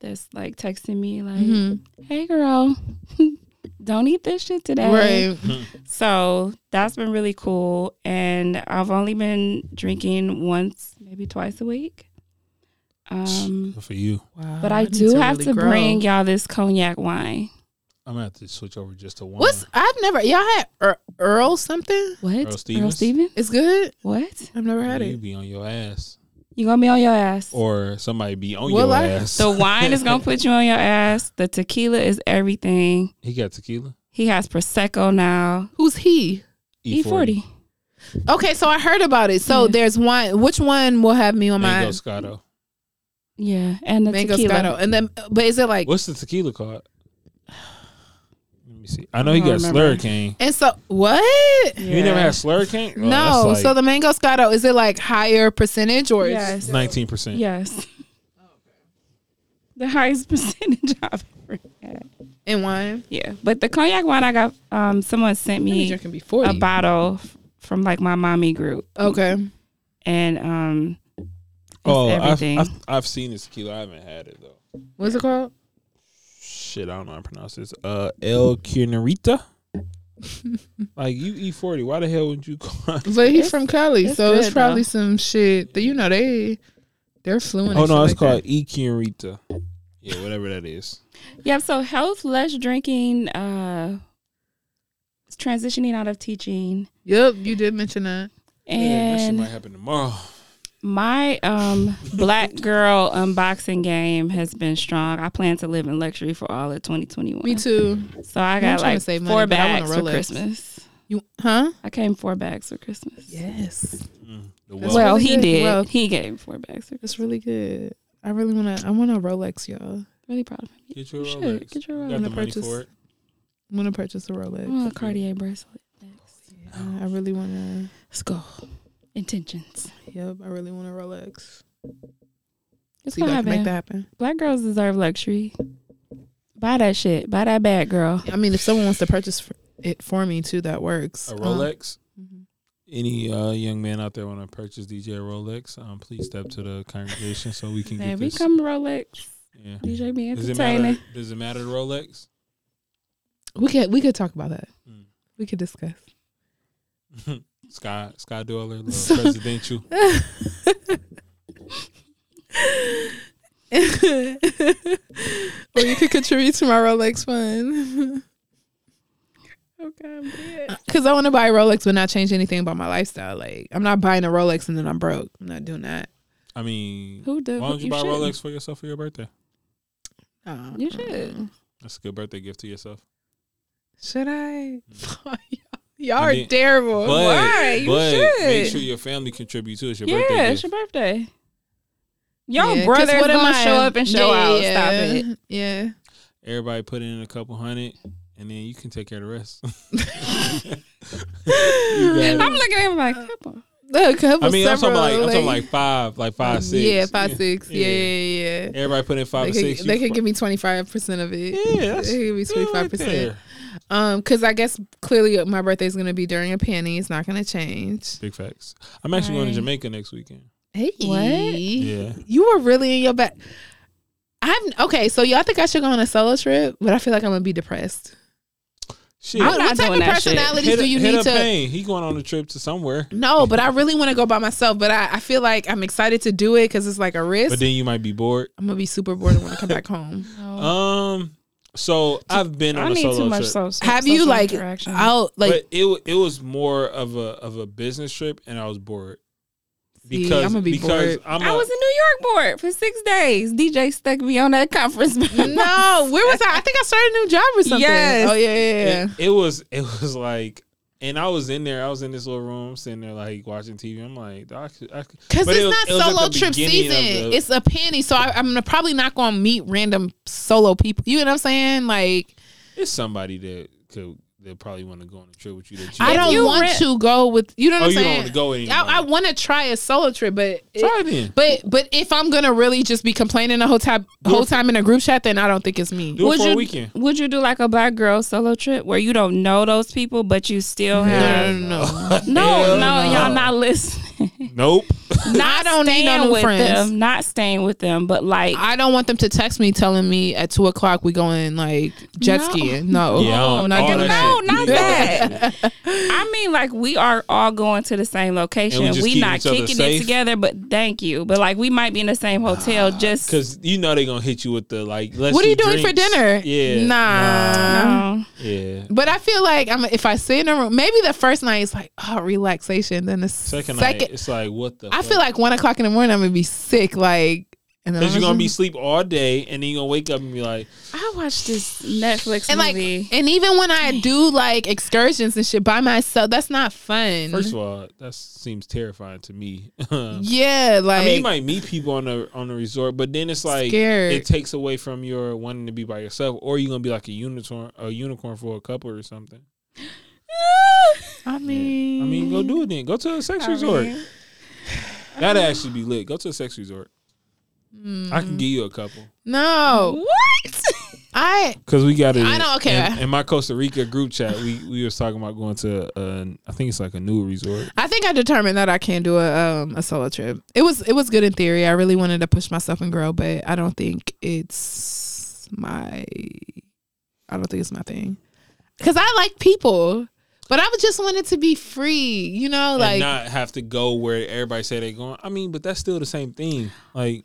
that's like texting me, like, "Hey, girl, don't eat this shit today."
Right.
So that's been really cool, and I've only been drinking once, maybe twice a week. Um,
Good For you,
Wow,
but I
need
do have
really
to
grow.
bring y'all this cognac wine.
I'm gonna have to switch over just to one.
What's I've never y'all had Ear- Earl something?
What?
Earl Stevens?
Stevens?
It's good.
What?
I've never had
you
it.
be on your ass,
You gonna be on your ass?
or somebody be on
Will
your
I?
ass.
The wine is gonna put you on your ass. The tequila is everything.
he got tequila.
He has prosecco now.
Who's he?
E forty.
Okay, so I heard about it. So
Yeah.
there's one. Which one will have me on
Mango
my
Scotto.
Yeah, and the
mango
tequila.
scotto? And then, but is it like
What's the tequila called? Let me see. I know you
don't
got
remember.
Slurricane.
and so what?
You never had Slurricane? Oh,
No,
that's
so
like
the mango scotto is it like higher percentage or it's-
Yes.
nineteen percent.
Yes. The highest percentage I've ever had.
in wine?
Yeah, but the cognac wine I got, um, someone sent
Me
me
drinking before
a bottle f- from like my mommy group,
Okay,
and um, it's
Oh, I've,
everything.
I've I've seen this tequila. I haven't had it though.
what's it called?
Shit, I don't know how to pronounce this. Uh, El Cunarita. like you E forty. Why the hell would you call?
But he's
It's-
from Cali,
it's
so it's
good,
probably
though.
some shit that you know they they're fluent.
oh
in shit
no, it's
like
called E Cunarita. Yeah, whatever that is.
Yep. So health, less drinking, uh, transitioning out of teaching,
that. Yep, you did mention that.
Yeah, that shit
and
might happen tomorrow.
my um black girl unboxing game has been strong. I plan to live in luxury for all of 2021.
Me too.
So I
I'm
got
trying to
like
save money,
four
but I want a
bags for
Rolex.
Christmas.
You huh?
I came four bags for Christmas.
Yes,
Mm, The
That's
well.
Well,
really
he
good.
did.
Well-
he gave four bags. For
it's really good. I really wanna. I want a Rolex, y'all.
Really proud of him.
Get your
You should.
Rolex.
Get your
You
Rolex.
Got the money
Purchase.
for it.
I want to purchase a Rolex.
I want Oh, a Cartier bracelet. Next.
Yeah, I really wanna.
Let's go. Intentions.
Yep, I really want a Rolex.
It's
See if
gonna
I can make
happen.
that happen.
Black girls deserve luxury. Buy that shit. Buy that bag, girl.
I mean, if someone wants to purchase f- it for me too, that works.
A
uh,
Um,
Rolex.
mhm.
Any uh, young man out there want to purchase DJ a Rolex? Um, please step to the congregation so we can
Man,
get
we
this.
come Rolex.
yeah.
DJ be
Does it
entertaining.
matter? Does it matter the Rolex?
we could we could talk about that.
Mm.
We could discuss.
Sky Sky Dweller, little presidential.
or you could contribute to my Rolex fund. Oh,
Okay.
Cause I want to buy a Rolex, but not change anything about my lifestyle. Like I'm not buying a Rolex and then I'm broke. I'm not doing that.
I mean,
Who the?
why don't you, buy
should.
Rolex for yourself for your birthday?
Uh,
You should.
That's a good birthday gift to yourself.
Should I? Y'all
I
are
mean,
terrible. Why? You
but make
should.
sure your family contribute too. It's your
Yeah,
birthday.
it's
gift.
your birthday. Your
Yeah, 'cause
brother's
what am
gonna
I?
show up and show
Yeah,
out. Stop
yeah,
it.
Yeah.
Everybody put in a couple hundred, and then you can take care of the rest. You got
I'm
it.
looking at him like,
Oh.
come on.
Look,
I mean, I'm talking
several,
like I'm talking like five, like five, six.
Yeah, five, six. Yeah,
Yeah.
yeah, yeah.
Everybody put in five
They
or
could,
six.
they
you-
could give me 25% of it.
Yeah, that's
They could give me
yeah,
25%.
there.
Um, cause I guess clearly my birthday's gonna be during a panty. It's not gonna change.
Big facts. I'm actually going to
Right.
Jamaica next weekend.
Hey,
What?
Yeah.
You were really in your back. I've okay. So y'all think I should go on a solo trip, but I feel like I'm gonna be depressed.
Shit.
I'm not
what type
doing
of
that shit.
personalities
hit
do you
hit
need
a
to?
pain. He going on a trip to somewhere,
No, but I really want to go by myself. But I, I feel like I'm excited to do it because it's like a risk.
but then you might be bored.
I'm gonna be super bored when I come back home.
Um, so I've been on
I
a
need
solo
too much
trip,
social.
Have you
social
like
interaction.
out like?
but it wa- it was more of a of a business trip, and I was bored
See,
because
I'ma be bored.
because I'm
I
a-
was in New York board for six days. DJ stuck me on that conference.
no, where was I? I think I started a new job or something.
Yes.
Oh yeah, yeah, yeah.
it, it was it was like and I was in there, I was in this little room sitting there like watching TV. I'm like, I could- I could-
Because
but
it's
it was-
not
it was at
solo
the
trip
beginning
season.
of the-
it's a penny, so I, I'm probably not going to meet random solo people. You know what I'm saying? Like,
it's somebody that could that probably want to go on a trip with you that you
I don't
you
want
rent-
to go with. You know what
Oh,
I'm
you don't
saying?
wanna go with anybody.
I, I want to try a solo trip, but it-
try then.
but but if I'm gonna really just be complaining the whole time whole time in a group chat, then I don't think it's me.
Do it for
you
a weekend.
would you do like a black girl solo trip where you don't know those people but you still have
no, no, no.
no no, y'all not listening
Nope.
I don't need
staying
no new
with
friends.
them not staying with them but like
I don't want them to text me telling me at two o'clock we going like jet
No.
skiing. No,
Yeah, I don't-
I'm not
all
doing
that
that.
no
shit.
not that I mean like we are all going to the same location
And we
we,
just keep
not
each other
kicking
safe.
it together but thank you but like we might be in the same hotel just
Because you know they're gonna hit you with the like. Let's
What are
do
you doing for
drinks.
dinner?
Yeah.
nah.
No.
Yeah.
But I feel like I'm if I sit in a room, maybe the first night is like oh relaxation. Then the
Second,
second,
night, it's like what the.
I feel like one o'clock in the morning I'm gonna be sick. Like and then
because
I'm
you're gonna be
just-
sleep all day and then you're gonna wake up and be like,
Mm-hmm.
I watched this Netflix
and like
movie
and even when I do like excursions and shit by myself, that's not fun.
first of all, that seems terrifying to me.
yeah, like
I mean, you might meet people on the on the resort, but then it's like
Scared.
it takes away from your wanting to be by yourself, or you're gonna be like a unicorn, a unicorn for a couple or something.
I
I
mean,
mean, go do it then. Go to a sex resort. That'd actually be lit. Go to a sex resort.
Hmm.
I can give you a couple
no,
what
I
because we got it.
I know, okay.
In, in my Costa Rica group chat, we we was talking about going to uh, I think it's like a new resort.
I think I determined that I can do a um a solo trip. It was it was good in theory. I really wanted to push myself and grow, but I don't think it's my I don't think it's my thing. Cuz I like people, but I would just want it to be free, you know,
and
like
not have to go where everybody say they're going. I mean, but that's still the same thing. Like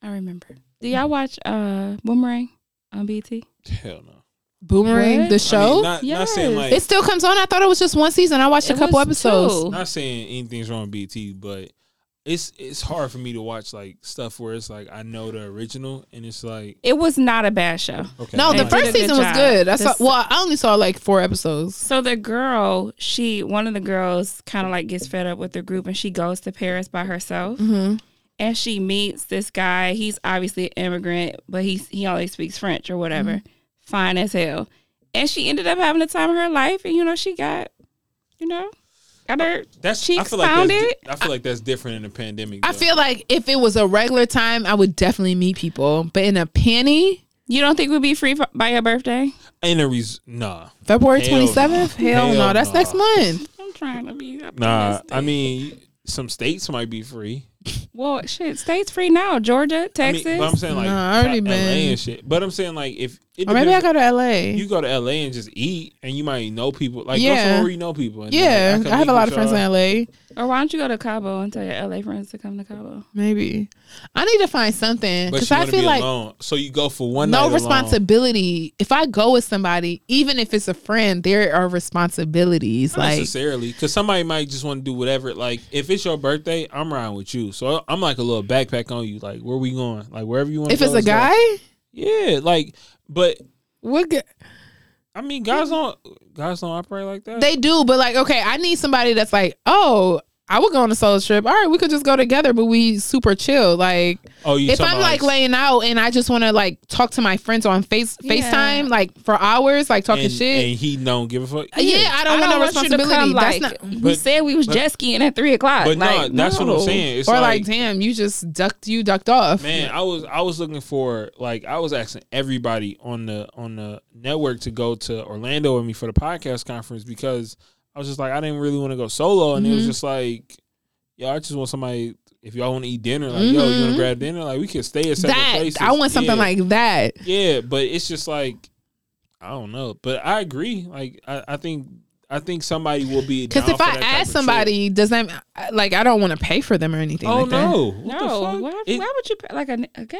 I remember. Do y'all watch uh Boomerang on BT?
hell no.
Boomerang
What? I
the
mean,
I
show.
mean, not, not saying
Yes.
like
it still comes on. I thought it was just one season. I watched
It
a couple
was
episodes.
two.
not saying anything's wrong with BT, but it's it's hard for me to watch like stuff where it's like I know the original and it's like
It was not a bad show.
okay.
No,
I'm
the
They did
not-
first
a good
season was
job.
good. I
The
saw
s-
well, I only saw like 4 episodes.
So the girl, she one of the girls kind of like gets fed up with the group and she goes to Paris by herself. And she meets this guy. He's obviously an immigrant, but he's he only speaks French or whatever. Fine as hell. And she ended up having the time of her life and you know she got you know got her
that's I
cheeks
feel like that's di-
pounded.
I feel like that's different in the pandemic.
I
though.
feel like if it was a regular time, I would definitely meet people. But in a penny,
You don't think we'd be free f- by your birthday?
and a reason nah
February
Hell no.
twenty seventh, hell,
Hell
no, that's
no.
next month.
I'm trying to be up
nah. I mean, some states might be free.
Well, shit, states free now. Georgia,
I
Texas.
mean, but I'm saying like
Nah, I already
LA
been.
and shit. But I'm saying like if it
Or maybe I
depends-
go to L.A.
you go to LA and just eat and you might know people like go
Yeah.
somewhere where you know people. and
yeah,
then, like,
I have
could
a lot
meet
of friends in
with y'all.
L.A.
or why don't you go to Cabo and tell your LA friends to come to Cabo?
Maybe I need to find something
But
because
you
I
want to
feel
be
like
alone, so you go for one night
no
alone.
responsibility. If I go with somebody, even if it's a friend, there are responsibilities.
Not
Like
necessarily, because somebody might just want to do whatever. Like, if it's your birthday, I'm riding with you, so I'm like a little backpack on you. Like, where we going? Like, wherever you want.
if it's a guy,
yeah. Like, but
what? G-
I mean, guys don't guys don't operate like that.
They do, but like, okay, I need somebody that's like, oh, I would go on a solo trip. All right, we could just go together, but we super chill. Like,
oh, you
if
talking
I'm
about,
like laying out and I just want to like talk to my friends on Face
Yeah.
FaceTime, like for hours, like talking
and,
shit. Uh,
and he don't give a fuck.
yeah, I don't, want no responsibility. that's
like,
not.
we
But-
said we was
but-
jet skiing at three o'clock.
But
like,
no, that's what I'm
no.
saying. It's
or like,
like,
damn, you just ducked. You ducked off.
man, I was I was looking for like I was asking everybody on the on the network to go to Orlando with me for the podcast conference because I was just like I didn't really want to go solo, and it
Mm-hmm.
was just like, yo, I just want somebody. If y'all want to eat dinner, like yo, you want to grab dinner, like we can stay at several
Mm-hmm. that
places.
I want something
Yeah.
like that.
yeah, but it's just like I don't know, but I agree. Like I, I think I think somebody will be
Because
down
if
for
I
that type
ask
of
somebody, does that like I don't want to pay for them or anything?
shit. oh
like that.
no, What the
no,
fuck?
why,
It-
why would you pay? like a okay?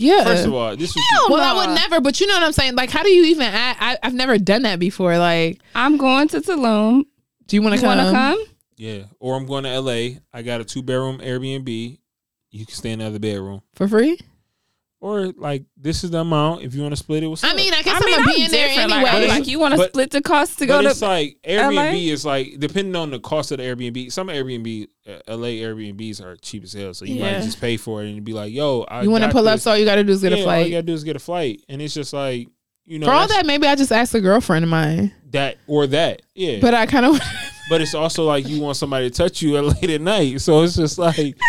Yeah.
first of all, this was
Hell well,
no.
I would never. But you know what I'm saying? Like, how do you even? I, I I've never done that before. Like,
I'm going to Tulum.
do you want to
You
come?
want to come?
yeah. Or I'm going to L.A. I got a two bedroom Airbnb. You can stay in the other bedroom.
for free?
Or like this is the amount. If you want to split it, what's
I
up?
mean, I
I
guess I
mean,
am gonna
I'm
be in there
different,
anyway.
like, I'm
But
Like,
it's-
you want to
but-
split the cost to go
But
to
it's like Airbnb
LA?
is like depending on the cost of the Airbnb. Some Airbnb, uh, LA Airbnbs are cheap as hell, so you
Yeah.
might just pay for it and be like, "Yo, I
you want to
got
pull up,
this.
so all you got to do is get
Yeah,
a
All
flight.
you gotta do is get a flight, and it's just like you know
for all
that's-
that, maybe I just ask a girlfriend of mine.
that or that, yeah. But,
But I kind of
it's also like you want somebody to touch you at late at night, so it's just like,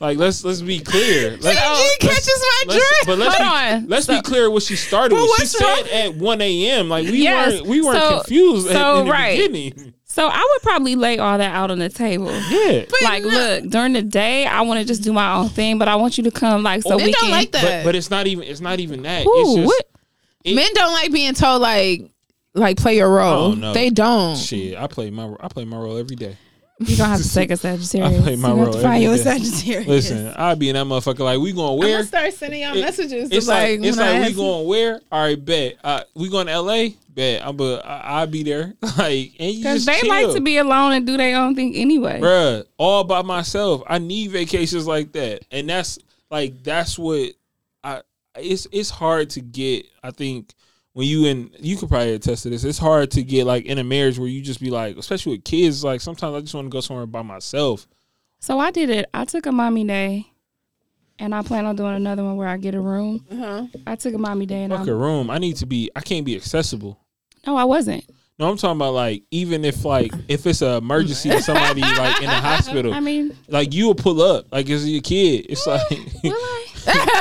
like let's let's be clear. Let's,
she catches my
let's-
drift.
but let's
Hold
be,
on.
let's be clear what she started
But
with. She
what's wrong-
said at one a.m. Like we
Yes,
weren't we weren't
so-
confused at-
so,
in the
right.
beginning.
So I would probably lay all that out on the table.
Yeah.
like, look, during the day, I want to just do my own thing, but I want you to come, like, so
Men
we
don't
can.
like
but
that.
but it's not even it's not even that.
Ooh,
it's just
what?
it-
Men don't like being told like like play your role.
Oh, no.
They don't.
shit. I play my I play my role every day.
You're gonna have to take a Sagittarius.
I play my
you have
role
to find
every
you a
day.
Sagittarius.
Listen, I'll be in that motherfucker like we going
I'm
where?
gonna start sending y'all
It-
messages.
It's like, it's
when I
like we
ask-
going where? All right, bet. Uh, we going to LA? Bet. I'm but I'll be there. Like and you
Because
just
they
chill.
like to be alone and do their own thing anyway.
bruh all by myself. I need vacations like that, and that's like that's what I. It's it's hard to get. I think when you and you could probably attest to this. It's hard to get like in a marriage where you just be like, especially with kids. Like sometimes I just want to go somewhere by myself.
So I did it. I took a mommy day, and I plan on doing another one where I get a room. I took a mommy day, and
Fuck
I
a room. I need to be. I can't be accessible.
no, I wasn't.
No, I'm talking about like even if like if it's an emergency and somebody like in the hospital,
I mean,
like you will pull up like it's your kid. It's
will
like
I?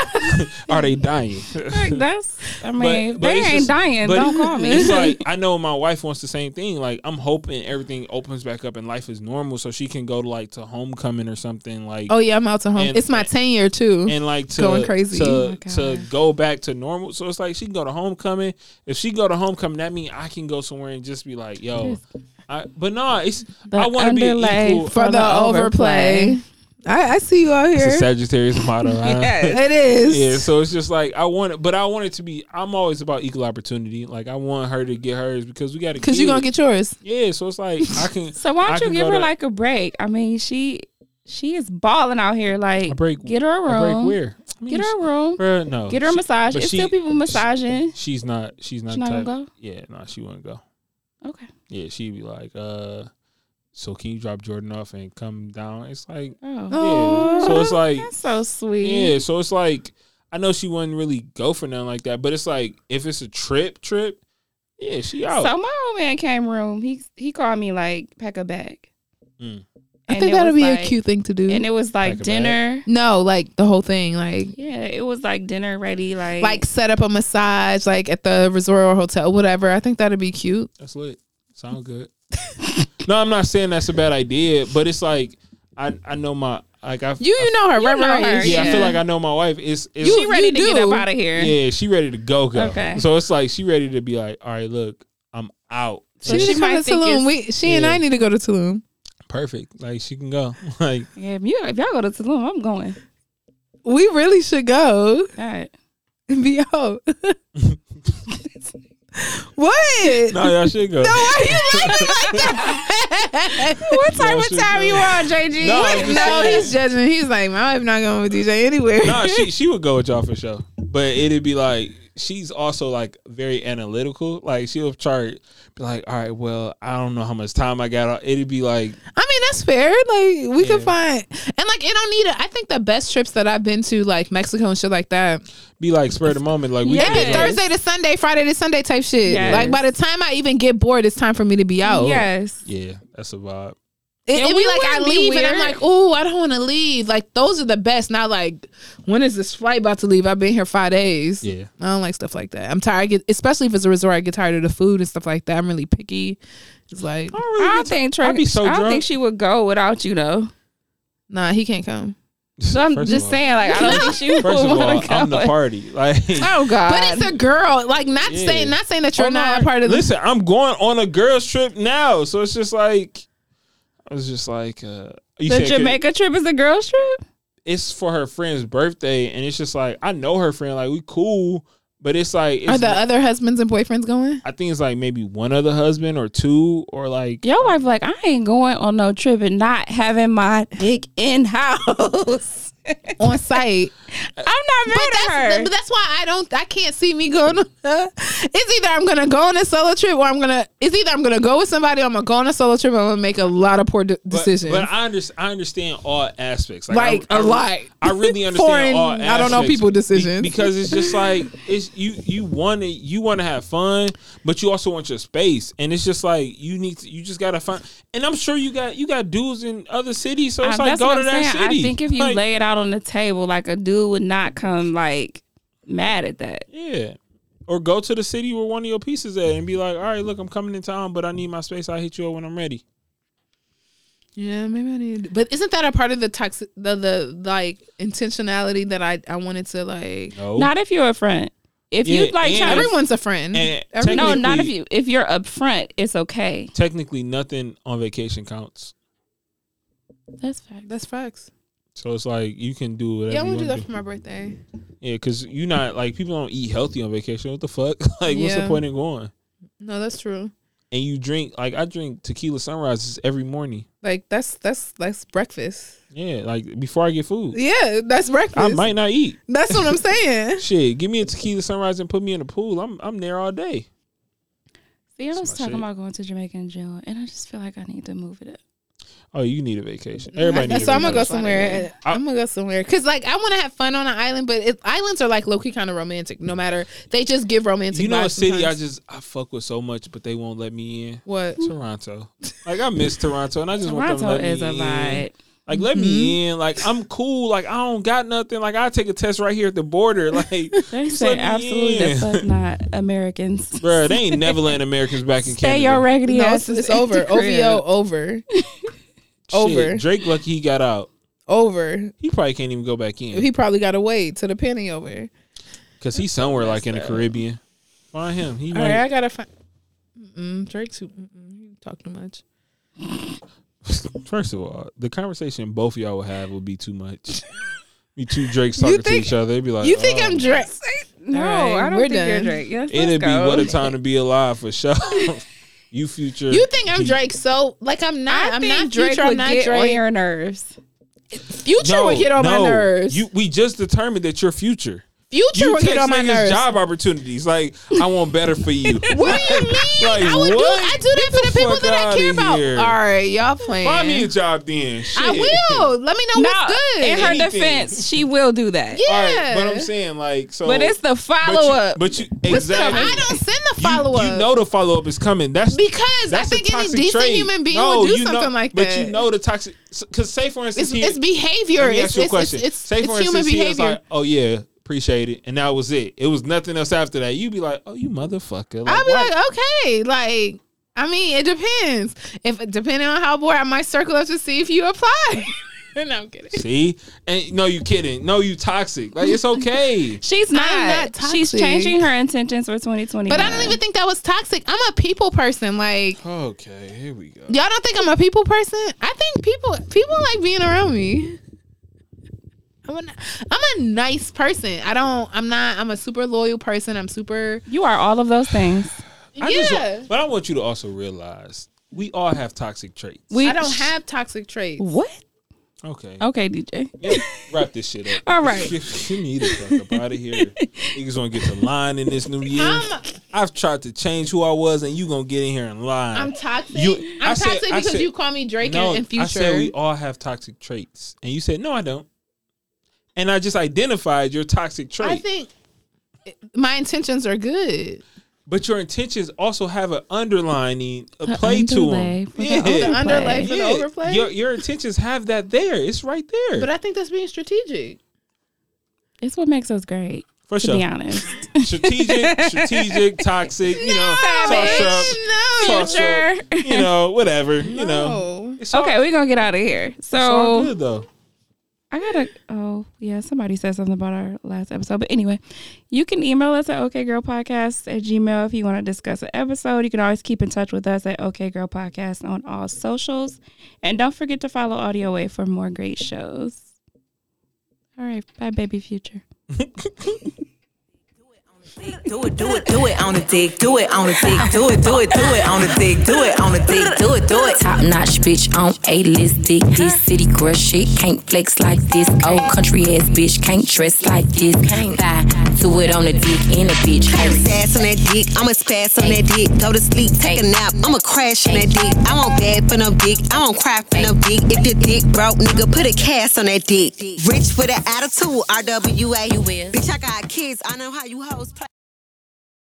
are they dying?
Like, that's. I mean,
But- but
they
it's
ain't
just-
dying.
but
Don't call me.
It's like I know my wife wants the same thing. Like I'm hoping everything opens back up and life is normal, so she can go to like to homecoming or something like.
Oh yeah, I'm out to home.
And-
it's my
and-
ten year too.
and like to
going crazy.
to,
Oh my
to go back to normal. So it's like she can go to homecoming. If she go to homecoming, that means I can go somewhere and just be like, yo. I, but no, it's
The
I want to be an
underlay
equal.
for the overplay. I, I see you out
It's a
here.
Sagittarius motto. huh?
it is.
Yeah, so it's just like I want it, but I want it to be. I'm always about equal opportunity. Like I want her to get hers because we got to.
Cause you're gonna get yours.
Yeah, so it's like I can.
so why
I
don't you
can
give
go
her
to-
like a break? I mean, she she is balling out here. Like,
a break?
get her a
a
room.
break where? I mean,
Get her a room.
bruh, no.
Get her a
She-
massage.
but
It's
she-
still people
she-
massaging.
She's not. She's not.
She not
type-
gonna go?
Yeah, no, she wouldn't go.
Okay.
Yeah, she'd be like, uh, so can you drop Jordan off and come down? It's like,
Oh,
yeah. So it's like,
that's so sweet.
yeah. So it's like, I know she wouldn't really go for nothing like that, but it's like if it's a trip, trip, yeah, she out.
So my old man came room. He he called me like pack a bag.
Mm.
I
And
think
it
that'll
was
be
like-
a cute thing to do.
And it was like
Pack a bag.
dinner.
no, like the whole thing, like
Yeah, it was like dinner ready. Like
like set up a massage, like at the resort or hotel, whatever. I think that'd be cute.
That's lit. Sound good. no, I'm not saying that's a bad idea, but it's like I I know my like I
You you know her, right?
know
right?
her,
yeah, I
yeah.
feel like I know my wife. It's, it's
she ready
you
to get
do.
up out of here.
yeah, she ready to go go.
Okay.
So it's like she ready to be like, all right, look, I'm out.
She,
she
she
might
come to
think
Tulum.
it's-
We, she and
Yeah.
I need to go to Tulum.
Perfect. Like she can go. Like
Yeah, if, you, if y'all go to Tulum, I'm going.
We really should go
All right.
and be out. what?
no, y'all should go.
Why you like me like that?
What
type of time you
on, JG?
No, I'm just
no,
saying.
he's judging. He's like, my wife not going with DJ anywhere.
no, she she would go with y'all for sure. But it'd be like she's also like very analytical. Like she'll chart be like, all right, well, I don't know how much time I got. It'd be like
I mean, that's fair. Like, we
Yeah.
could find, and like, it don't need. A, I think the best trips that I've been to, like Mexico and shit like that,
be like spur of the moment. Like we
Yeah,
can
It'd be
go.
Yes.
Thursday to Sunday, Friday to Sunday type shit.
Yes.
Like, by the time I even get bored, it's time for me to be out.
Yes.
Yeah, that's a vibe.
It,
Yeah,
it'd
we
be like I
wouldn't be
leave and I'm
weird.
like, oh, I don't want to leave. Like those are the best. Not like when is this flight about to leave? I've been here five days.
Yeah.
I don't like stuff like that. I'm tired. I get, especially if it's a resort, I get tired of the food and stuff like that. I'm really picky. It's like,
I don't think Trey,
I'd be so
I don't
drunk.
think she would go without you though.
nah, he can't come.
So I'm
First of
just
all-
saying, like, I don't think she would
First of all,
want to
I'm the
go.
party. Like,
Oh God! Oh,
But it's a girl. Like not
Yeah.
saying not saying that you're
I'm
not
not-
a part of the
listen, I'm going on a girls trip now, so it's just like, I was just like, uh, you
the
said could-
Jamaica trip is a girls trip.
it's for her friend's birthday, and it's just like I know her friend, like we cool, but it's like it's,
Are the other husbands and boyfriends going?
I think it's like maybe one other husband or two or like
Your wife like I ain't going on no trip and not having my dick in house.
On site.
I'm not mad at
that's,
her.
but that's why I don't. I can't see me going. On, it's either I'm gonna go on a solo trip, or I'm gonna. It's either I'm gonna go with somebody, or I'm gonna go on a solo trip, or I'm gonna make a lot of poor de-
but,
decisions.
But I understand, I understand all aspects,
Like,
I- I
a
re-
lot.
I really understand
Foreign,
all. Aspects
I don't know people
be-
decisions.
because it's just like it's you. You want to you want to have fun, but you also want your space, and it's just like you need to. You just gotta find. And I'm sure you got you got dudes in other cities, so
I-
it's like
that's
go
what
to
I'm
that
saying.
city.
I think if you
Like,
lay it out on the table, like a dude would not come like mad at that.
Yeah. Or go to the city where one of your pieces at and be like, all right, look, I'm coming in town, but I need my space. I'll hit you up when I'm ready.
yeah, maybe I need. But isn't that a part of the toxic, the the like intentionality that I I wanted to like?
No.
Not if you're a friend. If
Yeah,
you like
and
try to,
Everyone's a friend.
And
Everyone-
no, not if
technically-
you if you're up front, it's okay.
Technically, nothing on vacation counts.
That's fact.
that's facts.
So it's like you can do whatever.
Yeah, I'm
you
gonna do
wanna
that for my birthday.
Yeah, because you're not like people don't eat healthy on vacation. What the fuck? Like, what's the
Yeah.
point in going?
No, that's true.
And you drink like I drink tequila sunrises every morning.
Like that's that's that's breakfast.
Yeah, like before I get food,
Yeah, that's breakfast.
I might not eat.
That's what I'm saying.
Shit, give me a tequila sunrise and put me in the pool. I'm I'm there all day.
See, I
That's
was
my
talking
shit.
about going to Jamaica in June, and I just feel like I need to move it up.
Oh, you need a vacation. Everybody needs.
so
a
I'm gonna go
vacation.
somewhere.
I-
I'm gonna go somewhere because like I want to have fun on an island, but it, islands are like low key kind of romantic. No matter they just give romantic.
You know,
vibes
a city
sometimes.
I just I fuck with so much, but they won't let me in.
what
Toronto, like I miss Toronto, and I just want them to
Toronto
let me
is a
in.
vibe. Mm-hmm.
Like let me in. Like I'm cool. Like I don't got nothing. Like I take a test right here at the border. Like
They
just
say
let me
absolutely
in.
the fuck not Americans.
Bruh, they ain't never letting Americans back in Canada.
Stay your raggedy
no, it's,
asses.
it's
at the
over.
crib.
OVO over,
Shit,
over.
Drake lucky he got out.
over.
He probably can't even go back in
He probably got to wait till the penny over.
because he's somewhere like in the Caribbean. Find him. He
All right,
might.
I gotta find. Mm-mm, Drake too. Mm-mm, you talk too much.
First of all, the conversation both of y'all will have will be too much. be two Drakes talking to
think-
each other. They'd be like,
You think
oh.
I'm Drake?
No,
All right,
I don't
we're
think you're
done.
Drake. Yes,
It'd
let's
be
go.
what a time to be alive for sure. you future.
You think I'm
Pete.
Drake? So like I'm
I
not. I'm
think
not Drake.
would
I'm not
get on
Drake.
your nerves.
Future would get on my nerves.
You, we just determined that you're future.
Future
You
would get
text
on my
niggas
nerves.
job opportunities. Like I want better for you.
What do you mean?
Like,
I would
what?
do. I do that for the people
fuck
that I
outta
care about.
here.
All right, y'all playing.
Find me a job then. Shit.
I will. Let me know what's Oh, good.
in her
Anything.
defense, she will do that.
yeah,
All right, but I'm saying like so.
But it's the
but you-
follow up.
But you
So
exactly.
I don't send the
You-
follow up.
You, know the follow up is coming. That's
because
that's
I
the
think any
toxic
decent
trait.
human being
No,
would do
you know-
something like
but
that.
you know the toxic. Because say for
it's,
instance, he-
it's behavior.
Let me
It's,
ask you
it's,
a
it's,
question.
it's,
Say for
it's human
instance, he was
behavior.
like, "Oh yeah, appreciate it," and that was it. It was nothing else after that. You'd be like, "Oh, you motherfucker!"
I'll
Like,
be
why-
like, okay, like. I mean, it depends. If depending on how bored, I might circle up to see if you apply. no, I'm kidding.
"See, and no, you kidding? No, you toxic. Like it's okay."
She's not.
not
She's
toxic.
changing her intentions for 2020.
But I don't even think that was toxic. I'm a people person. Like,
okay, here we go.
Y'all don't think I'm a people person? I think people people like being around me. I'm a, ni- I'm a nice person. I don't. I'm not. I'm a super loyal person. I'm super.
You are all of those things.
I just wa-
Yeah.
but I want you to also realize we all have toxic traits.
We
I don't have toxic traits.
what?
Okay.
Oh.
Okay, DJ.
Yeah, wrap this shit up.
All right.
Get, get me the fuck up out of here. Niggas gonna get to lying in this new year.
I'm-
i have tried to change who I was, and you gonna get in here and lie.
I'm toxic.
You-
I'm
I said-
toxic
I
because
said-
you call me Drake and, and Future.
I said we all have toxic traits, and you said no, I don't. And I just identified your toxic trait,
I think my intentions are good.
but your intentions also have an underlining, a play
underlay
to
for
them.
the overplay. The
underlay for the overplay?
Your, your intentions have that there. It's right there.
But I think that's being strategic.
It's what makes us great.
for
To
sure,
be honest,
strategic, strategic, toxic. You know, toss up,
No,
toss up. You know, whatever. You know,
no.
It's all-
okay, we're gonna get out of here.
it's all
So
good though.
I gotta. Oh yeah, somebody said something about our last episode. But anyway, you can email us at okgirlpodcast at gmail if you want to discuss an episode. You can always keep in touch with us at okgirlpodcast on all socials, and don't forget to follow Audio Way for more great shows. All right, bye, baby future.
Do it, do it, do it on the dick, do it on the dick, do it, do it, do it on the dick, do it on the dick, do it, do it.
Top notch bitch on A list dick. This city girl shit can't flex like this. Old country ass bitch can't dress like this. Bye. Do it on the dick in a bitch.
I'm sass on that dick. I'ma spaz on that dick. Go to sleep, take a nap. I'ma crash on that dick. I won't bad for no dick. I won't cry for no dick. If your dick broke, nigga, put a cast on that dick. Rich with an attitude, RWA.
will.
Bitch, I got kids. I know how you hoes play.